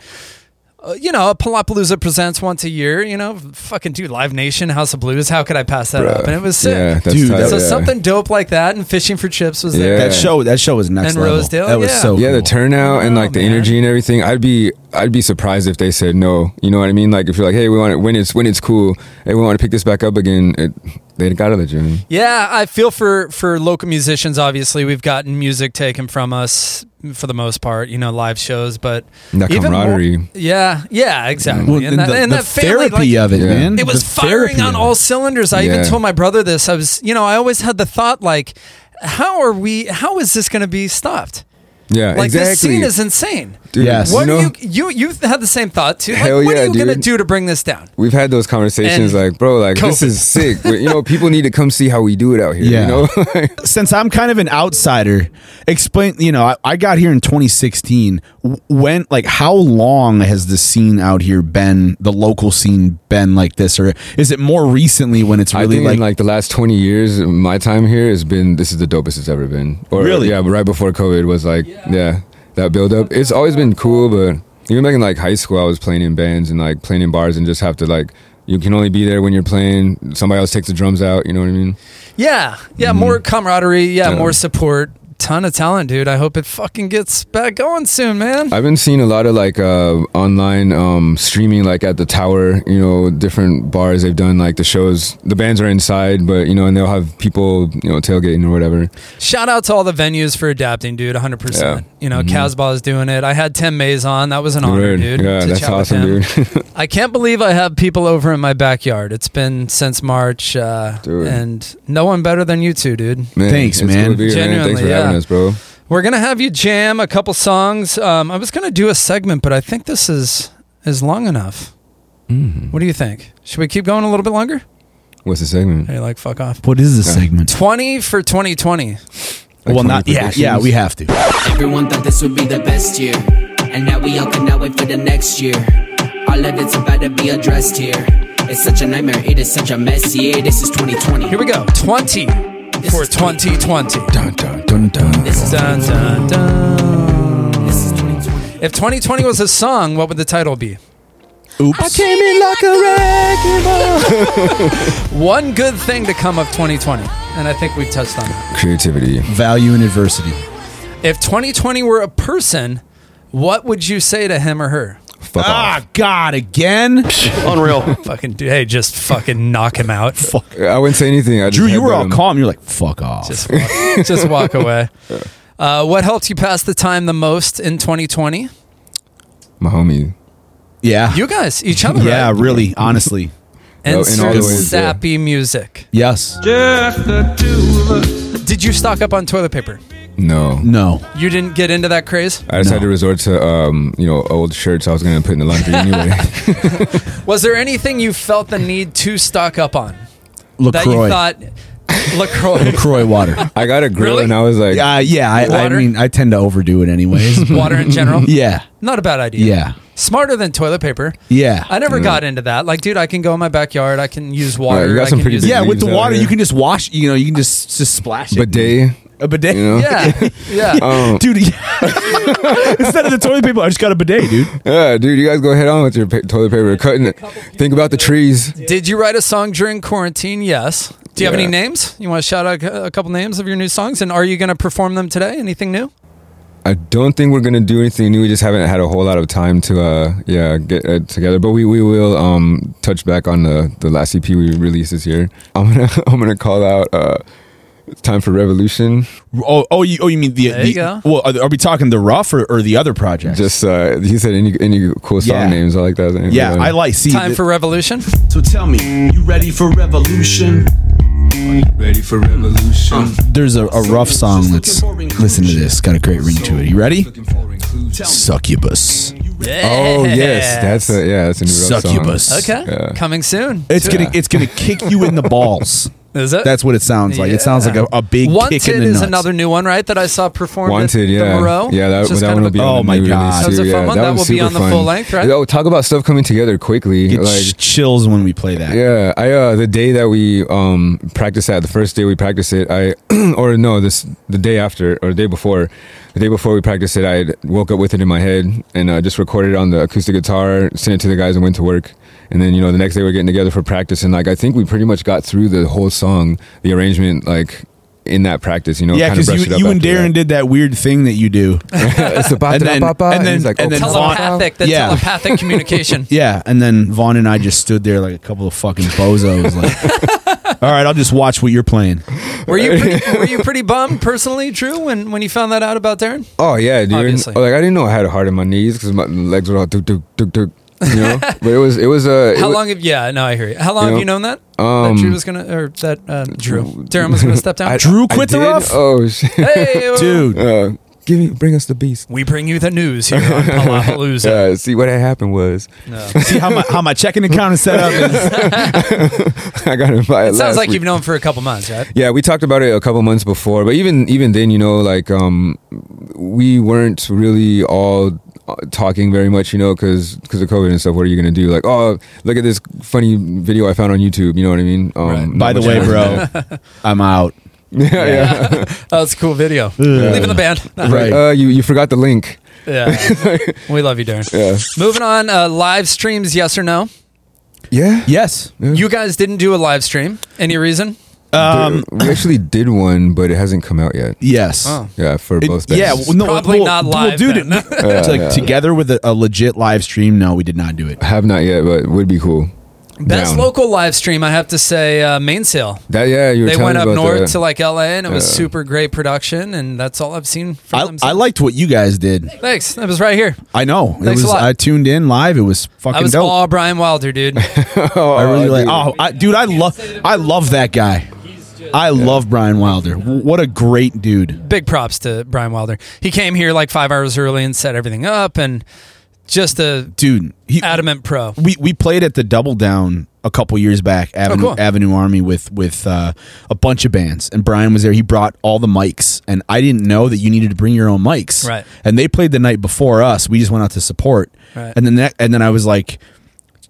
Uh, you know, Palapalooza presents once a year. You know, fucking do Live Nation, House of Blues. How could I pass that up? And it was sick.
Yeah, that's
Dude,
tight,
that's-
so
Oh, yeah.
something dope like that, and Fishing for Chips was there.
Yeah.
That show, that show was next
And
level.
Rosedale,
that was
yeah.
so.
yeah, the
cool.
turnout and
Oh,
like the
man.
energy and everything. I'd be I'd be surprised if they said no. You know what I mean? Like if you're like, hey, we want it when it's when it's cool. Hey, we want to pick this back up again. It, they got out of the gym.
Yeah, I feel for for local musicians. Obviously, we've gotten music taken from us for the most part. You know, live shows, but
That
even more-
camaraderie.
yeah, yeah, exactly.
Well,
and that,
the,
and
the
that family,
therapy
like,
of it,
Yeah.
man.
it was
The
firing
therapy
on
of
all
it.
cylinders. I
Yeah.
even told my brother this. I was, you know, I always had the thought like, how are we? How is this going to be stopped?
Yeah,
Like
exactly.
this scene is insane.
Dude,
Yes.
What
you know,
are you you you had the same thought too? Like,
Hell
what
yeah,
are you going to
dude.
do to bring this down?
we've had those conversations.
And
Like, bro, like this
COVID.
is sick. But, you know, people need to come see how we do it out here.
Yeah.
You know, *laughs*
Since I'm kind of an outsider, explain. You know, I, I got here in 2016. W- When, like, how long has the scene out here been? The local scene been like this, or is it more recently when it's
I
really
think
like,
in like the last twenty years, my time here has been this is the dopest it's ever been. Or,
Really?
Yeah, but right before COVID was like yeah, that build up. It's always been cool, but even back in like high school, I was playing in bands and like playing in bars and just have to like you can only be there when you're playing. Somebody else takes the drums out. You know what I mean?
Yeah, yeah, more camaraderie. Yeah,
Mm-hmm. Yeah.
more support. Ton of talent, dude. I hope it fucking gets back going soon, man.
I've been seeing a lot of like uh, online um, streaming, like at the tower. You know, different bars they've done like the shows. The bands are inside, but you know, and they'll have people you know tailgating or whatever.
Shout out to all the venues for adapting, dude. 100%.
Yeah. Mm-hmm.
You know, Casbah is doing it. I had Tim Mays on. That was an honor,
Word.
dude.
yeah,
to
that's
chat with
awesome,
him.
dude. *laughs*
I can't believe I have people over in my backyard. It's been since March, uh,
Dude.
and no one better than you two, dude.
Man,
Thanks,
it's
man.
cool to be here, Thanks for
Genuinely,
having
yeah.
us, bro.
We're gonna have you jam a couple songs. Um, I was gonna do a segment, but I think this is is long enough.
Mm-hmm.
What do you think? Should we keep going a little bit longer?
What's the segment?
Are you like fuck off?
what is the segment?
20 for 2020.
Like
well, not
20
yeah, yeah.
predictions?
We have to.
Everyone thought this would be the best year. And now we all cannot wait for the next year. All of it's about to be addressed here. It's such a nightmare, it is such a mess. Yeah, this is 2020.
Here we go. 20 for 2020.
Dun, dun, dun, dun.
This is,
Dun, dun, dun.
this is 2020.
If 2020 was a song, what would the title be?
Oops.
One good thing to come of 2020. And I think we've touched on it.
Creativity.
Value in adversity.
If 2020 were a person, what would you say to him or her?
Fuck off.
Ah, God, again.
*laughs* Fucking, dude, hey, just fucking knock him out.
I wouldn't say anything. I just
Drew, you were
headbutt
all
him.
calm. You're like, fuck off.
Just walk, just walk away. Uh, what helped you pass the time the most in 2020?
My homie.
yeah.
You guys, each other.
yeah,
right? *laughs*
really, honestly.
and
Oh, in all the
some
ways, yeah.
sappy music.
Yes.
Did you stock up on toilet paper?
No.
No.
You didn't get into that craze?
I decided to resort to um, you know, old shirts I was gonna put in the
*laughs*
laundry anyway.
Was there anything you felt the need to stock up on that you
LaCroix.
thought
*laughs*
LaCroix?
LaCroix water.
*laughs*
I got a grill
Really?
and I was like,
Uh, yeah, I, I
Water?
mean, I tend to overdo it
*laughs*
anyways. but-
Water in general?
yeah.
Not a bad idea.
Yeah.
Smarter than toilet paper.
Yeah.
I never got into that. Like, dude, I can go in my backyard. I can use water.
you
I
got some
can
pretty
use
big
yeah, with the
Leaves out
water,
here.
you can just wash, you know, you can just, just splash it.
bidet,
A bidet.
you know?
Yeah.
*laughs*
Yeah.
*laughs*
Um,
Dude, *laughs* instead of the toilet paper, I just got a bidet, dude.
yeah, dude, you guys go head on with your pa- toilet paper cutting it. Think about the trees.
Did you write a song during quarantine? Yes. Do you have any
Yeah.
names? You want to shout out a couple names of your new songs? And are you going to perform them today? Anything new?
I don't think we're gonna do anything new. We just haven't had a whole lot of time to, uh, yeah, get uh, together. But we, we will um, touch back on the, the last EP we released this year. *laughs* I'm gonna I'm gonna call out. Uh, it's time for revolution.
Oh, oh, you, oh, you mean the?
There
the
you go.
Well, are, are we talking the rough or, or the other project?
Just uh, he said any any cool song
Yeah.
names. I like that.
Yeah, I like- see,
Time for revolution.
So tell me, you ready for revolution?
Ready for revolution?
There's a, a rough song. Let's listen to this. Got a great ring to it. You ready?
Succubus.
Oh yes,
that's a yeah, that's a new rough song.
Succubus.
Okay, coming soon.
It's
Yeah.
gonna it's gonna kick you
*laughs*
in the balls.
Is it?
That's what it sounds like. It sounds like a, a big
Wanted
kick in the
is
nuts.
another new one, right? That I saw performed.
Wanted,
at
yeah,
The Moreau.
yeah. That,
Which is
that
kind
one
of
will *laughs* be. on
Oh
the
my
new
God.
release,
That was
too,
a fun
yeah.
one.
That
was
will be
super
on the
fun.
full length, right?
Oh, talk about stuff coming together quickly.
Get
like
ch- chills when we play that.
yeah, I uh, the day that we um practiced that, the first day we practiced it, I *clears throat* or no, this the day after or the day before, the day before we practiced it, I woke up with it in my head and uh, just recorded it on the acoustic guitar, sent it to the guys, and went to work. And then you know the next day we we're getting together for practice, and like I think we pretty much got through the whole song, the arrangement, like in that practice. You know,
yeah,
kinda
because
brushed it
you,
up
you and
after
Darren
that.
did that weird thing that you do.
*laughs* It's a ba-
and then,
da- ba- ba-
and
and
then,
he's like,
and
"Oh,
then Vaughn,
telepathic. That's
Yeah.
telepathic
*laughs*
communication. *laughs*
yeah, and then Vaughn and I just stood there like a couple of fucking bozos. Like,
*laughs*
all right, I'll just watch what you're playing.
Were you pretty, were you pretty bummed personally, Drew, when when you found that out about Darren?
Oh yeah, dude.
Obviously.
Like I didn't know I had a heart in my knees because my legs were all do do do do.
*laughs*
You know, but it was it was uh, it
How
wa-
long have yeah? No, I hear you. How long
You
have
know,
you known that?
um,
that Drew was gonna or that uh, Drew Darren was gonna step down.
*laughs* I-
Drew
I
quit the
did?
rough?
Oh shit,
*laughs* Hey,
Dude.
Uh, give me, bring us the beast.
we bring you the news here on
*laughs*
Palapalooza.
Uh, see what had happened was *laughs*
See how my how my checking account is set up.
I got invited.
It sounds
last
like
week.
you've known for a couple months, right?
Yeah, we talked about it a couple months before, but even even then, you know, like um, we weren't really all uh, talking very much, you know, because of COVID and stuff. What are you gonna do? Like, oh, look at this funny video I found on YouTube. You know what I mean? Um, not *laughs*
By the
much
way,
more than
bro,
that. *laughs*
I'm out.
yeah, yeah. *laughs*
Oh, it's a cool video. Leaving the band.
Right.
Uh, you you forgot the link.
yeah.
*laughs*
We love you, Darren.
Yeah.
Moving on, uh, live streams, yes or no?
Yeah.
Yes.
You guys didn't do a live stream. Any reason?
Um,
*laughs* we actually did one, but it hasn't come out yet.
yes.
Oh.
Yeah, for
It-
both.
yeah.
bands.
well, no,
Probably
well,
not
well,
live
dude,
*laughs*
then.
it- it's like together with a, a legit live stream. No, we did not do it.
have not yet, but would be cool.
Best
Down.
local live stream, I have to say, uh, Mainsail.
That yeah, you were
They
telling
went
me
up
about
north
that.
to like LA, and it was super great production, and that's all I've seen from
I,
them.
I liked what you guys did.
Thanks. That was right here.
I know. It
Thanks a
was.
lot.
I tuned in live. It was fucking
I was
dope.
all Brian Wilder,
*laughs*
dude.
I really like. Oh, I, dude, I love. I love that guy. I love Brian Wilder. W- What a great dude.
Big props to Brian Wilder. He came here like five hours early and set everything up, and just a
Dude, he,
adamant pro.
we we played at the Double Down a couple years back, Avenue
Oh, cool.
Avenue Army with with uh, a bunch of bands, and Brian was there. He brought all the mics, and I didn't know that you needed to bring your own mics.
Right.
And they played the night before us. We just went out to support.
Right.
And then that, and then I was like.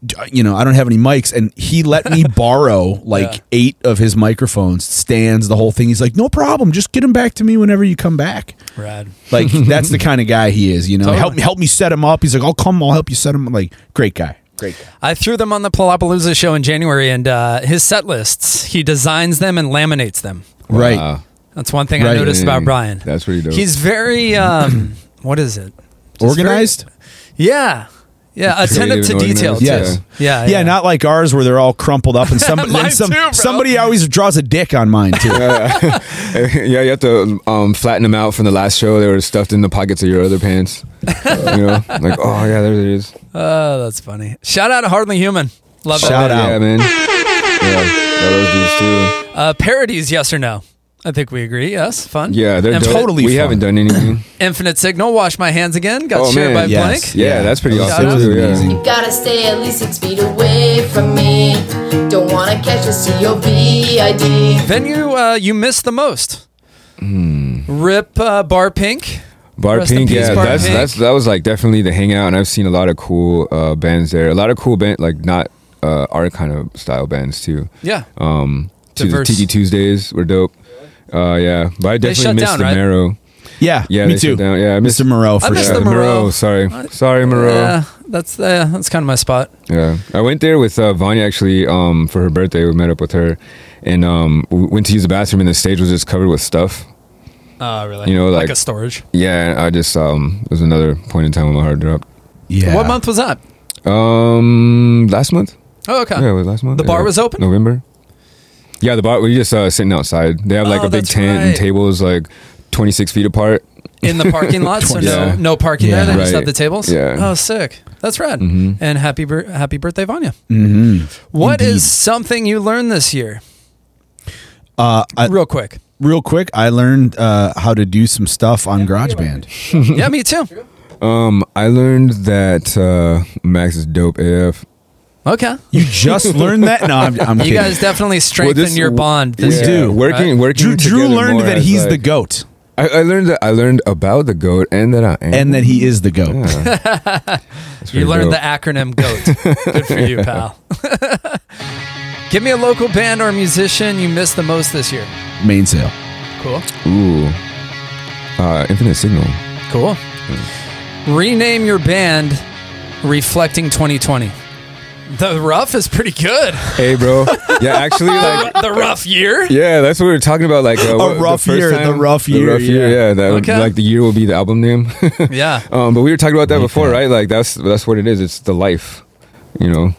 "D- You know, I don't have any mics, and he let
*laughs*
me borrow like
Yeah.
eight of his microphones, stands, the whole thing. He's like, "No problem, just get them back to me whenever you come back."
Rad.
Like that's
*laughs*
the kind of guy he is. You know,
Totally.
help me, help me set him up. He's like, "I'll come, I'll help you set him." up." Like, great guy, great guy.
I threw them on the Palapalooza show in January, and uh, his set lists, he designs them and laminates them.
Right.
Wow.
That's one thing I
Right.
noticed about
Mm,
Brian.
that's pretty dope.
He's very, um, *clears throat* what is it? Just
Organized?
very- yeah. Yeah. Attentive
creative
to
and
detail.
organized,
too.
Yes.
Yeah.
Yeah, not like ours where they're all crumpled
*laughs*
up and some,
Mine
then some
too, bro.
somebody always draws a dick on mine
*laughs*
too.
*laughs* yeah, you have to um, flatten them out from the last show. They were stuffed in the pockets of your
*laughs*
other pants. you know, like oh yeah, there it is.
Oh, that's funny. Shout out to Hardly Human. Love that.
Shout
Yeah,
out.
man. Yeah, yeah, those dudes too.
Uh, parodies, yes or no? I think we agree. Yes. Fun.
Yeah, they're
Infinite,
dope.
totally
We
fun.
haven't done anything. *laughs*
Infinite Signal. Wash my hands again. Got
oh
shared by
man,
Yes.
Blank.
yeah, that's pretty
Shout
awesome.
out.
too, yeah.
Amazing.
Gotta stay at least six feet away from me. Don't wanna catch a COVID.
Venue uh, you miss the most?
Hmm.
Rip uh, Bar Pink.
Bar
Rest in
Pink,
peace,
yeah,
Bar
that's
Pink.
that's that was like definitely the hangout, and I've seen a lot of cool uh, bands there. A lot of cool band, like not uh, our kind of style bands too.
Yeah.
Um, to the
Diverse.
Tiki Tuesdays were dope. Uh, yeah, but I definitely
shut
missed
down,
the
right?
Marrow.
Yeah,
Yeah,
me
they shut
too.
down. Yeah, I missed
Mr. Moreau
I
for
missed
sure.
yeah,
the Moreau.
Sorry, sorry, Moreau.
Yeah,
Yeah.
that's uh, that's kind of my spot.
I went there with uh, Vanya actually um, for her birthday. We met up with her, and um, we went to use the bathroom, and the stage was just covered with stuff.
Oh, really?
You know, like,
a storage.
Yeah, I just um, it was another point in time when my heart dropped.
Yeah.
What month was that?
Um, last month.
Oh, okay.
Yeah, it was last month.
The bar
Yeah,
was open?
November. Yeah, the bar. We just uh, sitting outside. They have like
Oh,
a big
that's
tent and
right.
tables like twenty six feet apart.
In the
*laughs*
parking lot, so no
Yeah.
no parking
Yeah.
there. They just
Right.
have the tables.
Yeah.
Oh, sick. That's rad.
Mhm.
And happy bir- happy birthday, Vanya.
Mm-hmm.
What is something you learned this year?
Uh, I,
real
*laughs*
quick.
Real quick, I learned uh, how to do some stuff on GarageBand.
yeah, me too.
Um, I learned that uh, Max is dope AF.
Okay.
You
*laughs*
just learned that? No, I'm- I'm
You
kidding.
guys definitely strengthen your bond.
We
This year,
do
right?
working working.
Drew- Drew
together
learned
more
that
as,
he's
like-
the goat.
I, I learned that I learned about the goat and that I am
And that he is the goat. *laughs*
You
pretty
learned the
dope. *laughs*
acronym GOAT. Good for you, pal. *laughs* Give me a local band or musician you missed the most this year.
Mainsail.
Cool.
Ooh, uh, infinite signal.
Cool. Rename your band Reflecting 2020. The rough is pretty good.
Hey,
*laughs*
bro. Yeah, actually, like
the rough year.
Yeah, that's what we were talking about. Like
A
uh, what-
rough
the first
year, the
time,
rough year,
the rough year.
yeah.
Yeah, that would-
Okay.
like the year will be the album name. *laughs*
yeah.
Um, but we were talking about that before, right? Like that's that's what it is. It's the life, you know.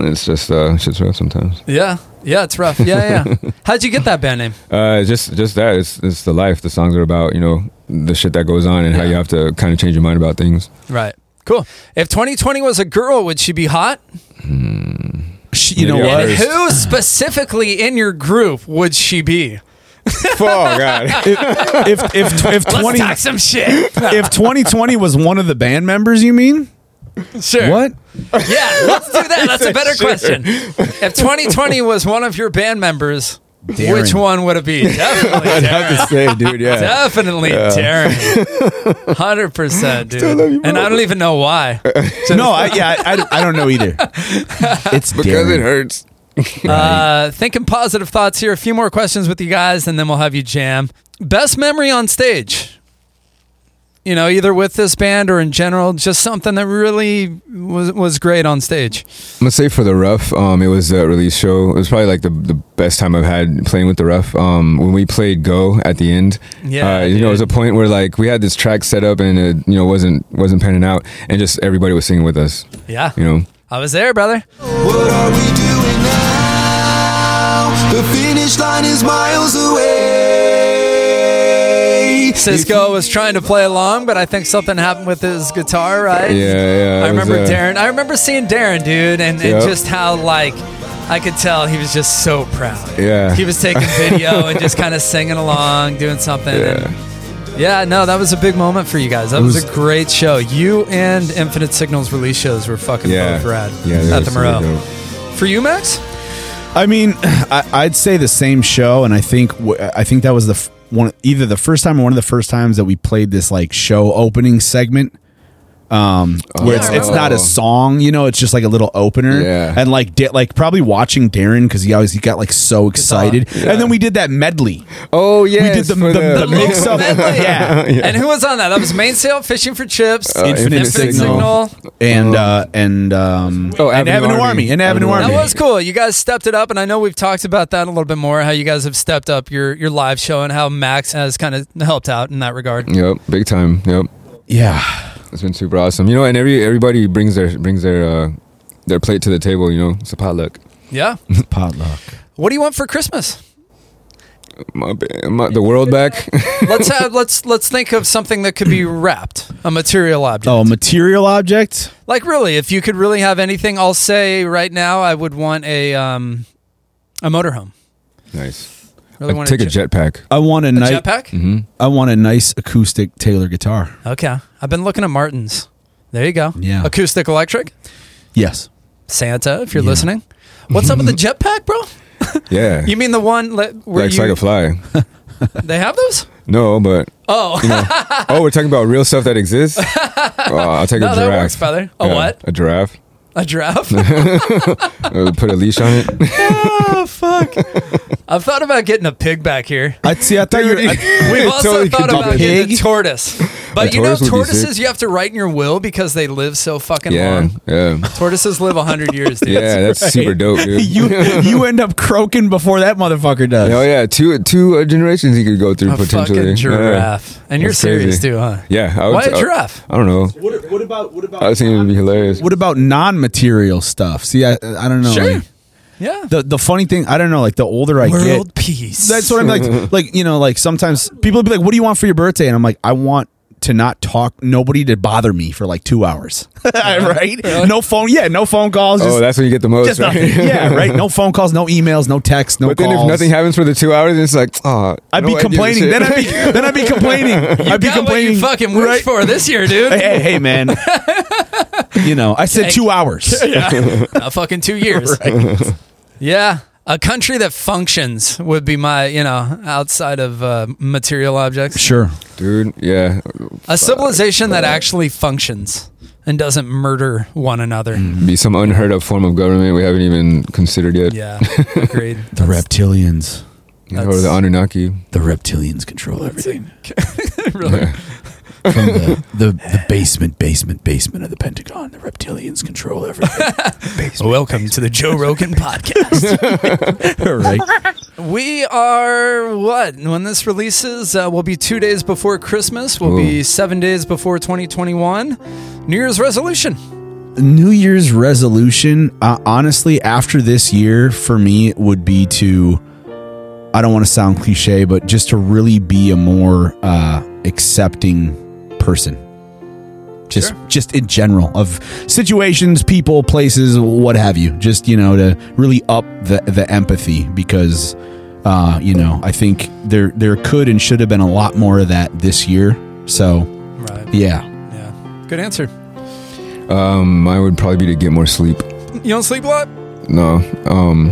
It's just uh, shit's rough sometimes.
Yeah. Yeah, it's rough. Yeah, yeah. How'd you get that band name?
Uh, just just that. It's it's the life. The songs are about you know the shit that goes on and how you have to kind of change your mind about things.
Right. Cool. If 2020 was a girl, would she be hot?
Hmm. you know
Maybe
what?
And who specifically in your group would she be?
*laughs* oh *laughs* God!
if if if, if
Let's
twenty
talk
*laughs*
some shit.
if twenty twenty was one of the band members, you mean?
Sure.
What?
*laughs*
Yeah, let's do that. That's a better
Sure.
question. If 2020 was one of your band members,
Darren.
which one would it
*laughs*
be? Definitely
I'd
Darren.
have to say, dude. Yeah,
Definitely
Yeah. *laughs*
Darren. 100%, dude. and I don't even know why.
no, I, yeah, I, I, I don't know
*laughs*
either. It's
because
Darren.
it hurts.
Uh, thinking positive thoughts here. A few more questions with you guys, and then we'll have you jam. Best memory on stage? You know, either with this band or in general, just something that really was, was great on stage.
I'm gonna say for the rough, um, it was a release show. It was probably like the, the best time I've had playing with the rough. Um, when we played Go at the end,
Yeah,
uh, you know, it was a point where like we had this track set up and it you know wasn't wasn't panning out, and just everybody was singing with us.
Yeah.
You know,
I was there, brother.
What are we doing now? The finish line is miles away.
Cisco was trying to play along, but I think something happened with his guitar, right?
Yeah, yeah,
I
it was,
remember
uh,
Darren. I remember seeing Darren, dude, and, and
Yep.
just how like I could tell he was just so proud.
Yeah.
He was
*laughs*
taking video and just kind of singing along, doing something. and- yeah, no, that was a big moment for you guys. That
It
was,
was-
a great show. You and Infinite Signals release shows were fucking
Yeah.
both rad
Yeah, they
at
were
the
super
Moreau.
dope.
For you, Max?
I mean, I, I'd say the same show, and I think w- I think that was the f- one either the first time or one of the first times that we played this like show opening segment. Um, where it's, it's not a
Oh.
song, you know, it's just like a little opener,
Yeah.
and like da- like probably watching Darren because he always he got like so excited, and then we did that medley.
Oh yeah,
we did the the, the,
*laughs*
mix up,
Medley.
yeah,
And who was on that? That was Mainsail, Fishing for Chips,
Uh,
Infinite, Signal, and uh, and um,
Oh,
and
Avenue
Avenue Army.
Army.
and Avenue Army.
That was cool. You guys stepped it up, and I know we've talked about that a little bit more. How you guys have stepped up your your live show and how Max has kind of helped out in that regard.
Yep, big time. Yep,
yeah.
it's been super awesome. You know, and every everybody brings their brings their uh, their plate to the table. You know, it's a potluck.
Yeah.
Potluck.
What do you want for Christmas?
My, ba- my, the world back. *laughs*
Let's have, let's let's think of something that could be wrapped, a material object.
Oh, material object.
Like really, if you could really have anything, I'll say right now, I would want a um a motorhome.
nice.
Really
I'd
want
take a
jet-
jetpack.
I want a,
a
nice.
jetpack.
I want a nice acoustic Taylor guitar.
Okay, I've been looking at Martins. There you go.
Yeah.
acoustic electric.
Yes.
Santa, if you're listening, what's up with the jetpack, bro?
Yeah,
You mean the one le- where
like
you,
like a fly.
they have those?
No, but
Oh,
you know, oh, we're talking about real stuff
*laughs*
that exists. Oh, I'll take
No,
a
that
giraffe.
works, brother. A what?
A giraffe.
*laughs* a
*laughs*
giraffe?
Uh, put a leash on it. *laughs*
oh, fuck. I've thought about getting a pig back here.
I see. I thought you. were- I,
We've
*laughs*
also
*laughs* Totally
thought
could do
about
that.
getting a
Pig?
tortoise. But But
*laughs* A
you know,
tortoise would be
tortoises
sick.
you have to write in your will because they live so fucking
Yeah,
long.
yeah.
Tortoises live hundred years, dude.
*laughs* Yeah, that's super *laughs* dope,
*laughs*
dude.
you you end up croaking before that motherfucker does.
Oh yeah, two two uh, generations he could go through
A fucking
potentially. Yeah.
giraffe. And you're
That's
serious too, huh?
Yeah.
Why a
I- uh,
giraffe?
I don't know.
What, what about what about?
I think it would be hilarious.
What about non-material stuff? See, I I don't know.
Sure.
like-
Yeah.
The the funny thing, I don't know. Like the older I get,
World peace.
*laughs* That's what I'm
*laughs*
like. Like you know, like sometimes people be like, "What do you want for your birthday?" And I'm like, "I want to not talk, nobody to bother me for like two
*laughs*
hours, *laughs* right? No phone, yeah, no phone calls.
Oh, that's when you get the most,
just
right?
nothing. yeah, right. No phone calls, no emails, no texts, no
*laughs* But then
calls.
if nothing happens for the two hours, it's like, oh,
I'd be complaining. Then I'd be then I'd be complaining. I'd be
got what you
complaining.
fucking wished
right?
for this year,
*laughs*
dude.
Hey, hey, man. you know, I said
Take-
two hours.
yeah. Not fucking two years.
*laughs* Right.
Yeah. A country that functions would be my, you know, outside of uh, material objects.
Sure,
dude. Yeah.
A civilization that actually functions and doesn't murder one another.
Mm.
Be some unheard of form of government we haven't even considered yet.
Yeah. Agreed.
*laughs* The reptilians.
Yeah, or the
That's-
Anunnaki.
The reptilians control everything.
really?
From the, the, the basement, basement, basement of the Pentagon, the reptilians control everything.
Welcome to the
*laughs*
Joe Rogan podcast.
right.
We are what? When this releases, uh, we'll be two days before Christmas. We'll be
Ooh.
seven days before 2021. New Year's resolution.
New Year's resolution, uh, honestly, after this year, for me, it would be to, I don't want to sound cliche, but just to really be a more uh, accepting person. Just, just in general of situations, people, places, what have you. Just you know to really up the the empathy because, uh, you know, I think there there could and should have been a lot more of that this year. So,
Right.
yeah,
Yeah. Good answer.
Um, mine would probably be to get more sleep.
You don't sleep a lot?
No. Um,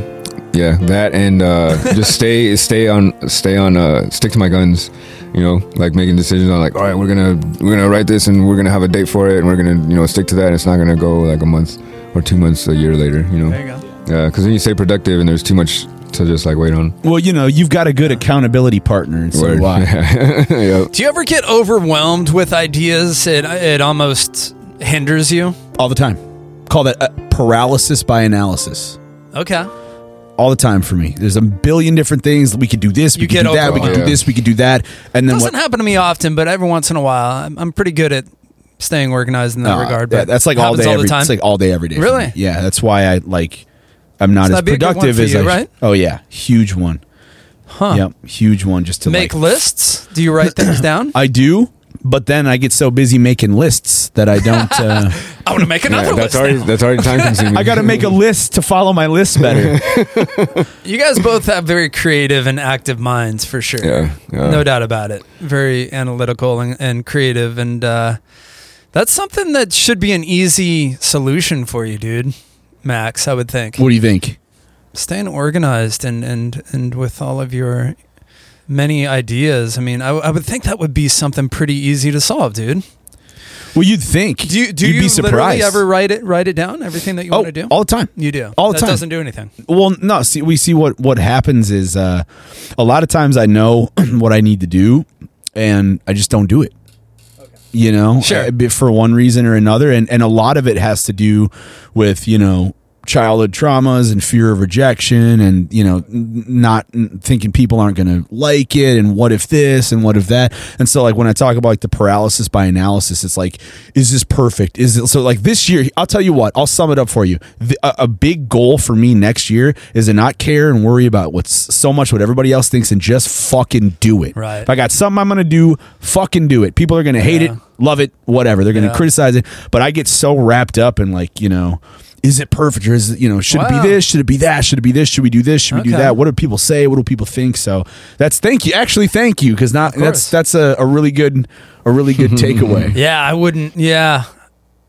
yeah, that and uh, just stay, *laughs* stay on, stay on, uh, stick to my guns. You know, like making decisions on like, all right, we're gonna we're gonna write this and we're gonna have a date for it and we're gonna you know stick to that. it's not gonna go like a month or two months, a year later. You know.
There you go.
Yeah, because then you stay productive and there's too much to just like wait on.
Well, you know, you've got a good accountability partner, and so
Word.
do I.
Yep.
Do you ever get overwhelmed with ideas? It, it almost hinders you.
all the time. Call that uh, paralysis by analysis.
Okay.
All the time for me. There's a billion different things we could do. This we
You
could
get
do that. We could do
overwhelmed.
this. We could do that. And then
Doesn't
what?
happen to me often, but every once in a while, I'm, I'm pretty good at staying organized in that
Uh,
regard.
that-
But
that's like all
happens
day. every,
the time.
It's like all day every day. for
Really?
me. Yeah. That's why I like. I'm not as
So that'd be a good one
productive
for
as
you,
I. sh-
right?
Oh yeah, huge one.
huh?
Yep, huge one. Just to
Make
like,
lists. Do you write
*laughs*
things down?
I do, but then I get so busy making lists that I don't.
*laughs*
Uh,
I want to make another
Yeah,
list.
that's already that's
*laughs*
already time consuming.
I got to make a list to follow my list better.
You guys both have very creative and active minds for sure.
Yeah,
uh,
yeah.
No doubt about it. Very analytical and, and creative. And uh, that's something that should be an easy solution for you, dude. Max, I would think.
what do you think?
Staying organized and, and, and with all of your many ideas. I mean, I, w- I would think that would be something pretty easy to solve, dude.
Well, you'd think.
Do you, do
you'd
you
be
literally
surprised.
ever write it, write it down? Everything that you
oh,
want to do?
all the time.
you do.
all the
that
time.
doesn't do anything.
Well, no. See, we see what what happens is uh, a lot of times I know *clears throat* what I need to do, and I just don't do it. You know,
Sure.
uh, be- for one reason or another, and and a lot of it has to do with you know childhood traumas and fear of rejection, and you know n- not n- thinking people aren't going to like it, and what if this, and what if that, and so like when I talk about like the paralysis by analysis, it's like is this perfect? Is it so like this year? I'll tell you what, I'll sum it up for you. The, a, a big goal for me next year is to not care and worry about what's so much what everybody else thinks and just fucking do it.
Right.
If I got something I'm gonna do, fucking do it. People are gonna hate
Yeah.
it, love it, whatever. They're gonna
Yeah.
criticize it, but I get so wrapped up in like you know. Is it perfect or is it, you know, should it
Wow.
be this? Should it be that? Should it be this? Should we do this? Should we do
Okay.
that? What do people say? What do people think? So that's thank you. Actually, thank you. Cause not, that's,
course.
that's a, a really good, a really
*laughs*
good takeaway.
Yeah, I wouldn't. Yeah.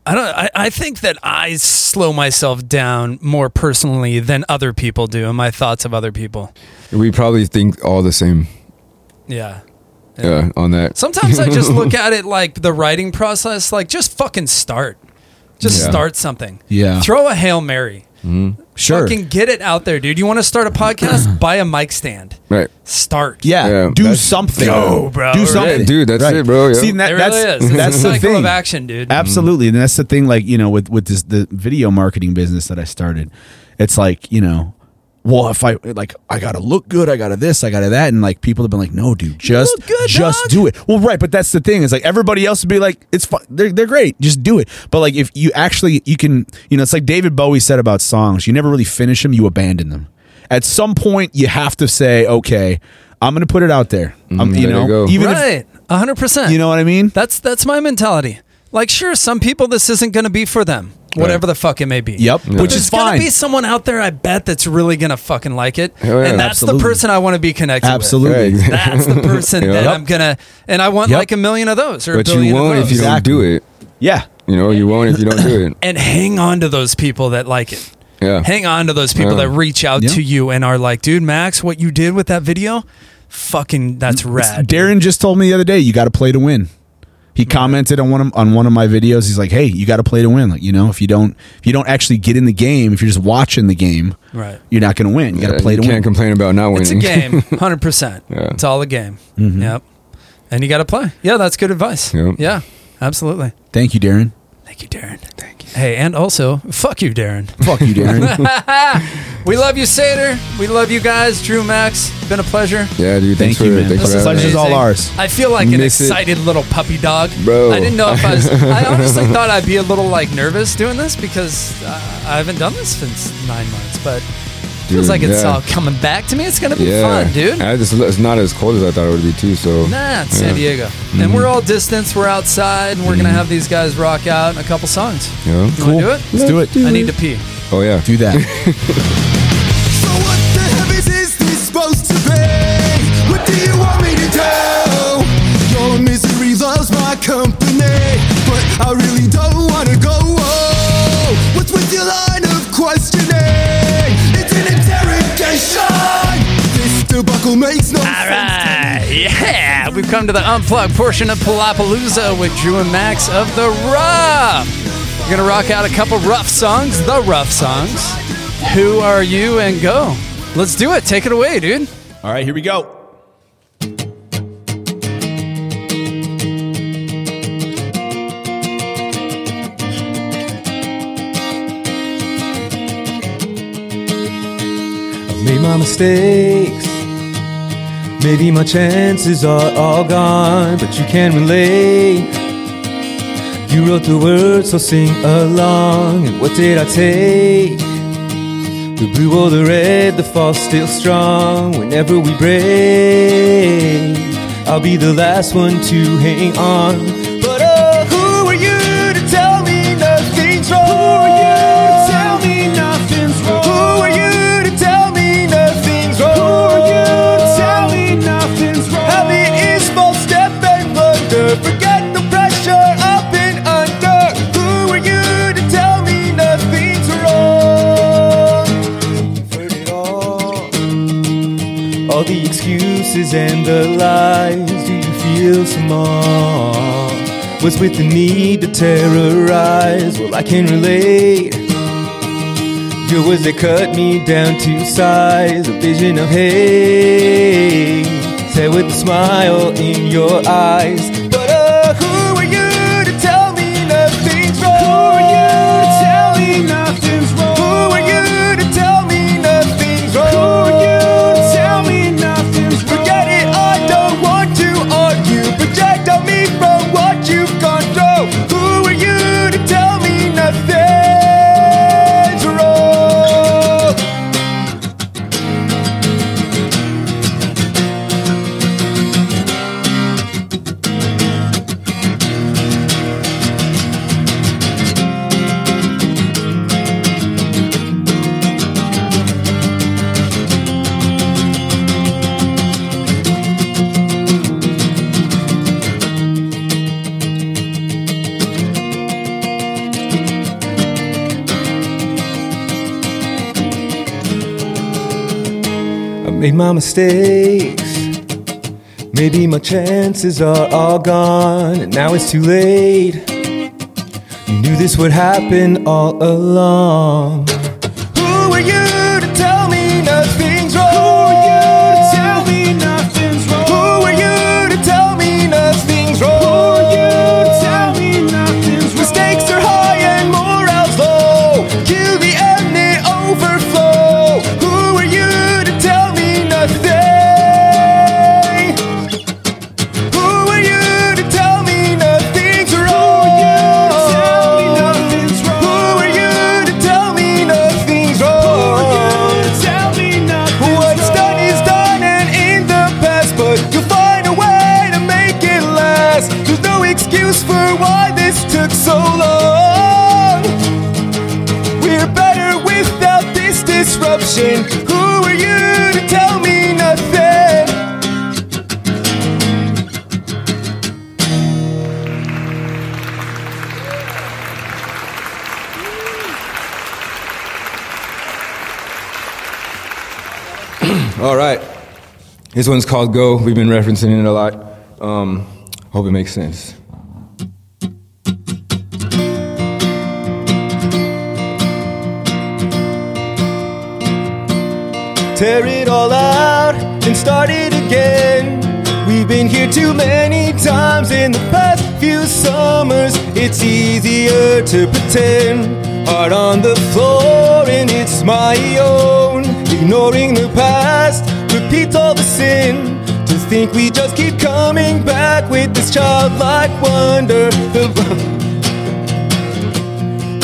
I don't I, I think that I slow myself down more personally than other people do and my thoughts of other people.
We probably think all the same.
Yeah.
Yeah, on that.
Sometimes I
*laughs*
just look at it like the writing process like just fucking start. Just
Yeah.
start something.
Yeah.
Throw a Hail Mary.
Sure.
Fucking get it out there, dude. You want to start
*clears throat*
a podcast? Buy a mic stand.
Right.
Start.
Yeah, do something,
Go, bro.
Do
Right.
something,
Dude, that's it, bro, yeah.
See, and that,
It really
that's
is.
*laughs*
It's
that's the
a cycle
thing
of action, dude.
Absolutely, and that's the thing. Like you know, with with this the video marketing business that I started, it's like you know, well, if I like, I gotta look good, I gotta this, I gotta that, and like people have been like, no, dude, just just do it. Well, right, but that's the thing. Is like everybody else would be like, it's fun. They're they're great, just do it. But like if you actually you can, you know, it's like David Bowie said about songs. You never really finish them, you abandon them. At some point, you have to say, okay, I'm gonna put it out there. I'm, you
Mm-hmm. there you
know,
go.
even if
right. A hundred percent.
you know what I mean?
That's that's my mentality. Like, sure, some people this isn't going to be for them, whatever the fuck it may be.
Yep,
But
which is
There's going
fine. Oh,
to be someone out there, I bet, that's really going to fucking like it,
Hell yeah.
and that's
Absolutely.
the person I want to be connected
Absolutely.
with.
Right. *laughs*
*laughs*
That's the person
Yeah.
that
Yep.
I'm gonna, and I want
Yep.
like a million of those or a
But
billion
you won't
of
if
those.
you don't do it.
Yeah.
You know, you won't if you don't
*laughs*
do it.
and hang on to those people that like it.
Yeah.
Hang on to those people
Yeah.
that reach out
Yeah.
to you and are like, dude, Max, what you did with that video, fucking, that's rad.
Darren just told me the other day, you got to play to win. He commented on one of, on one of my videos. He's like, "Hey, you got to play to win. Like, you know, if you don't if you don't actually get in the game, if you're just watching the game,
Right.
you're not going to win. You got to
Yeah,
play
you
to
can't
win."
complain about not winning.
It's a game, hundred percent.
Yeah.
It's all a game. Yep. And you got to play. Yeah, that's good advice.
Yep.
Yeah, absolutely.
Thank you, Darren.
Thank you, Darren. Thank you. Hey, and also, fuck
*laughs*
you, Darren. *laughs*
Fuck you, Darren.
We love you, Sater. We love you guys, Drew Max. Been a pleasure.
yeah, dude.
Thank
Thanks
you,
for,
man.
thanks
This
for
is
having
pleasure's
me.
all ours.
I feel like an
Miss it.
excited little puppy dog,
Bro.
I didn't know if
*laughs*
I was. I honestly thought I'd be a little like nervous doing this because uh, I haven't done this since nine months, but it feels
Dude,
like it's
Hmm, yeah.
all coming back to me. It's gonna be
Yeah,
fun, dude.
I just, it's not as cold as I thought it would be too. So
Nah, it's San Diego.
Mm-hmm.
And we're all distanced. We're outside, and we're gonna have these guys rock out in a couple songs.
you know?
You wanna do it?
Let's do it.
I need to pee.
Oh yeah.
Do that.
*laughs* So what the hell is this this supposed to be? What do you want me to do? Your misery loves my company, but I really don't wanna go. Oh, what's with your line of questioning? It's an interrogation. This debacle makes no
All
sense.
right, yeah, we've come to the unplugged portion of Palapalooza with Drew and Max of the Rough. We're gonna rock out a couple rough songs, the rough songs. Who are you and go? Let's do it. Take it away, dude.
all right, here we go.
Made my mistakes. Maybe my chances are all gone, but you can relate. You wrote the words, so sing along. And what did I take? The blue or the red, the false still strong. Whenever we break, I'll be the last one to hang on. But oh, who are you to tell me nothing's wrong? Who are you to tell me nothing's wrong? Who are you to tell me nothing's wrong? Who are you to tell me nothing's wrong? Habit is false step and blunder. Forget the pressure I've been under. Who are you to tell me nothing's wrong? Heard it all. All the excuses and the lies, do you feel small? Was with the need to terrorize, well, I can relate. Your words that cut me down to size, a vision of hate. Said with a smile in your eyes, but uh, who are you to tell me nothing's wrong? Who are you to tell me nothing's wrong? Who are you to tell me nothing's wrong? Who are you to tell me nothing's wrong? Forget it, I don't want to argue. Project on me from what you've gone through. Who are you to tell me nothing's wrong? I made my mistakes. Maybe my chances are all gone, and now it's too late. You knew this would happen all along. Who Who are you to tell me nothing's wrong? Who are you to tell me nothing's wrong? Who are you to tell me nothing's wrong? Who are you to tell me nothing's wrong? Mistakes are high and morale's low. QVM they overflow. Who are you to tell me nothing? Who are you to tell me nothing's wrong? Who are you to tell me nothing's wrong? What's done is done and in the past, but you'll find a way to make it last. There's no excuse for why this took so long. We're better without this disruption. Who are you to tell me nothing?
All right. This one's called Go. We've been referencing it a lot. Um, hope it makes sense.
Tear it all out and start it again. We've been here too many times in the past few summers. It's easier to pretend. Hard on the floor and it's my own. Ignoring the past repeats all the sin. To think we just keep coming back with this childlike wonder. The-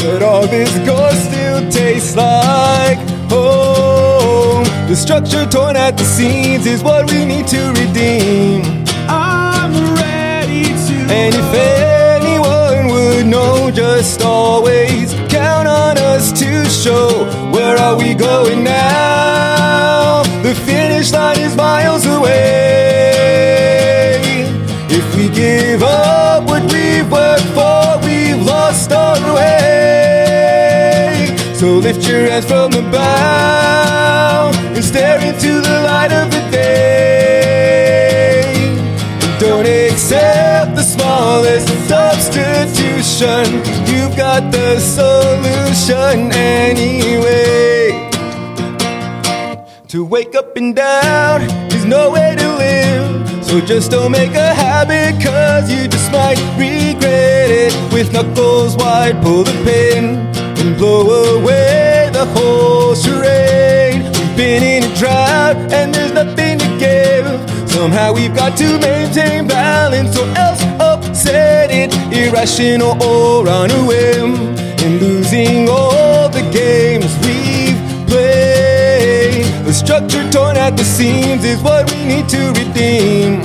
but all this gore still tastes like home. The structure torn at the seams is what we need to redeem. I'm ready to. And if anyone would know, just always count on us to show where are we going now. The finish line is miles away. If we give up what we've worked for, we've lost our way. So lift your head from the bow and stare into the light of the day. And don't accept the smallest substitution. You've got the solution anyway. To wake up and down is no way to live. So just don't make a habit, cause you just might regret it. With knuckles wide, pull the pin and blow away the whole charade. We've been in a drought and there's nothing to give. Somehow we've got to maintain balance, or else upset it. Irrational or on a whim, and losing all the games we've play. The structure torn at the seams is what we need to redeem.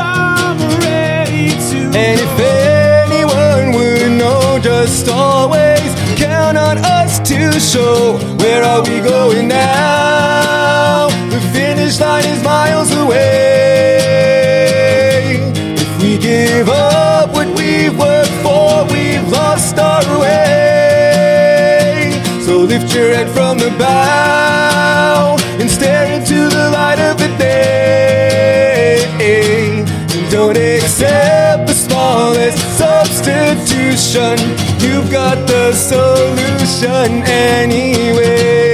I'm ready to. And if anyone would know, just always count on us to show where are we going now. The finish line is miles away. If we give up what we've worked for, we've lost our way. So lift your head from the bow and stare into the light of the day. And don't accept the smallest substitution. You've got the solution anyway.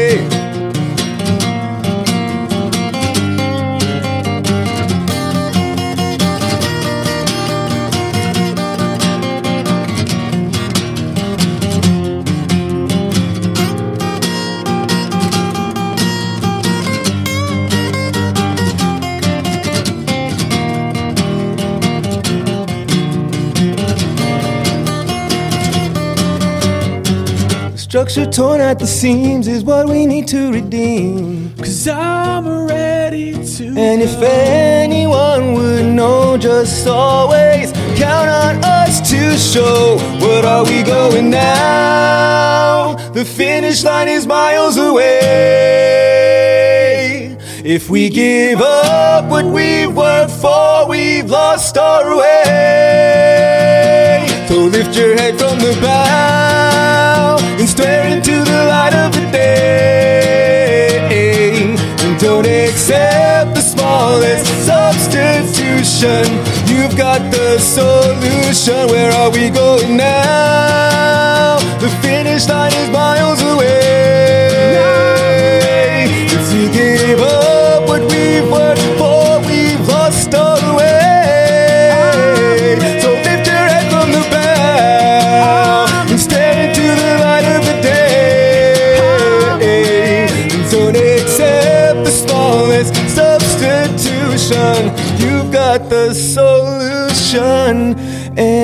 Structure torn at the seams is what we need to redeem. Cause I'm ready to. And if anyone would know, just always count on us to show what are we going now. The finish line is miles away. If we give up what we worked for, we've lost our way. So lift your head from the bow and stare into the light of the day. And don't accept the smallest substitution. You've got the solution. Where are we going now? The finish line is miles away.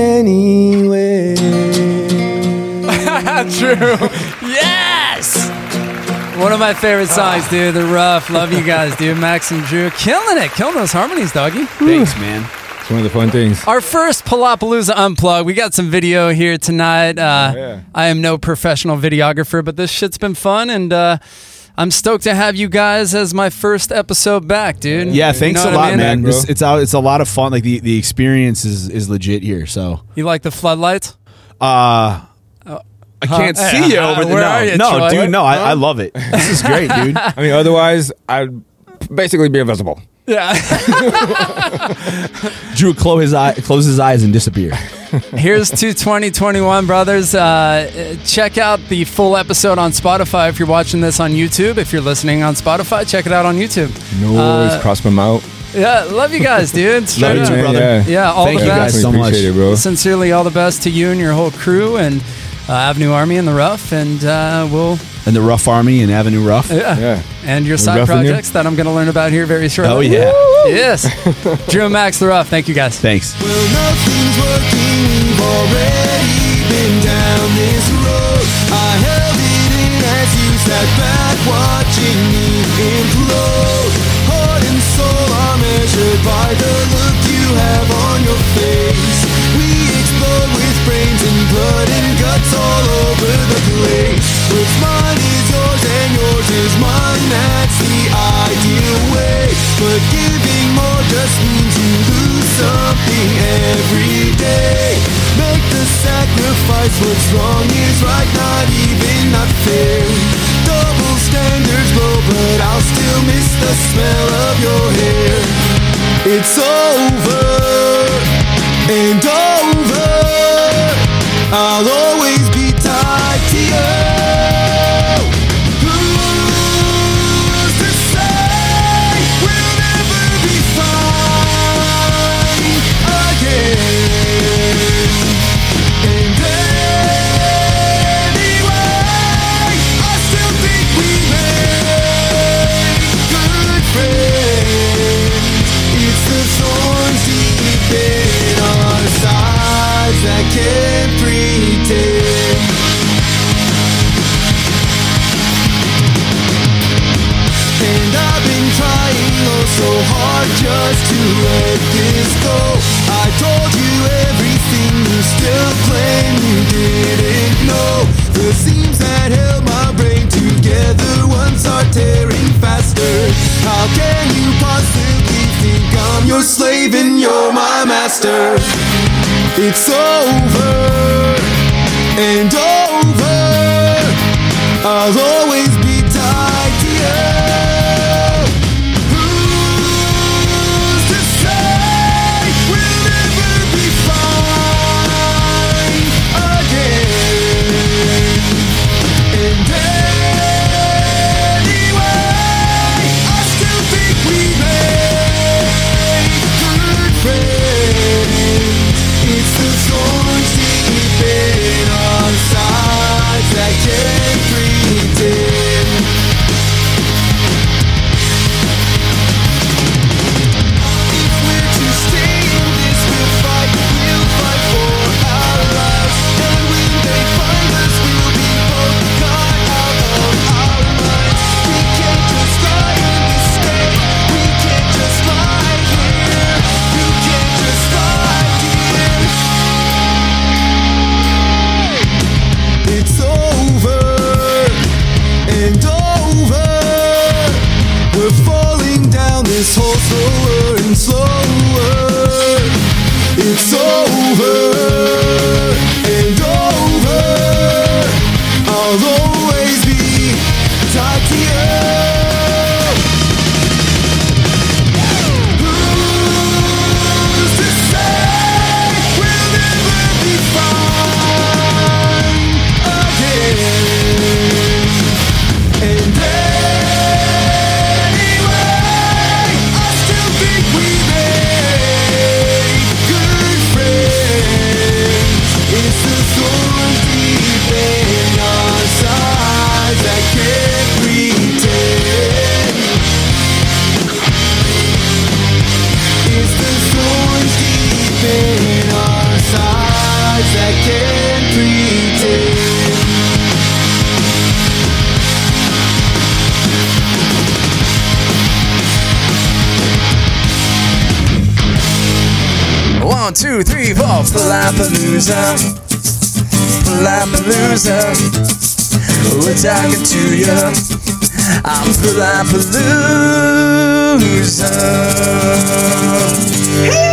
anyway.
True. Yes. One of my favorite songs, dude. The rough. Love you guys, dude. Max and Drew killing it, killing those harmonies, doggy.
Thanks,
man.
It's one of the fun things.
Our first Palapalooza unplug. We got some video here tonight. Uh, I am no professional videographer, but this shit's been fun, and uh, I'm stoked to have you guys as my first episode back, dude.
Yeah,
You
thanks
know
a
what I
lot,
mean?
man. This, it's out. It's a lot of fun. Like the, the experience is is legit here. So
You like the floodlights?
uh, I can't
Huh?
see you
Uh,
over there.
where
no,
are you,
no,
Troy?
dude, no. I,
Huh?
I love
*laughs*
it. This is great, dude.
I mean, otherwise, I'd basically be invisible.
Drew close his eye, close his eyes, and disappear.
*laughs* Here's to 2021, brothers. Uh, check out the full episode on Spotify if you're watching this on YouTube. If you're listening on Spotify, check it out on YouTube.
No
Uh,
worries, cross my mouth.
Yeah, love you guys, dude. Straight
you
up.
too, Man, brother.
Yeah,
yeah.
all
Thank
the
you
best.
guys so much. Appreciate it, bro.
Sincerely, all the best to you and your whole crew and uh, Avenue Army and the Rough, and uh, we'll
And the Rough Army and Avenue Rough.
Yeah. and your
The
side
Rough and you?
projects that I'm going to learn about here very shortly.
Oh, yeah.
Woo!
*laughs*
yes. Drew and Max the Rough. Thank you guys.
Thanks.
Nothing's working, we've already been down this road. I held it in as you sat back watching me implode. Heart and soul are measured by the look you have on your face. We explode with brains and blood and guts all over the place. What's mine is yours and yours is mine, that's the ideal way. But giving more just means you lose something every day. Make the sacrifice, what's wrong is right, not even not fair. Double standards blow, but I'll still miss the smell of your hair. It's over and over. I'll always be tied to you. Who's to say we'll never be fine again? And anyway, I still think we make good friends. It's the thorns deep in our sides that can't pretend. And I've been trying oh so hard just to let this go. I told you everything, you still claim you didn't know. The seams that held my brain together once are tearing faster. How can you possibly think I'm your slave and you're my master? It's over and over. I'll always be tied to you. Who's to say we'll never be fine again? And anyway, I still think we make good friends. It's the thorns deep in our sides that can't pretend. We're to stay in this, we'll fight, we'll fight for our lives. And when they find us, we'll be both caught out of our minds. We can't just die in this state. We can't just lie here. You can't just lie here. It's over and over. We're falling down this hole slower and slower. It's over and over. I'll always be tied to you. Who's to say we'll never be fine again? And anyway, I still think we make good friends.
One, two, three, four. Palapalooza. Palapalooza. We're talking to you. I'm Palapalooza.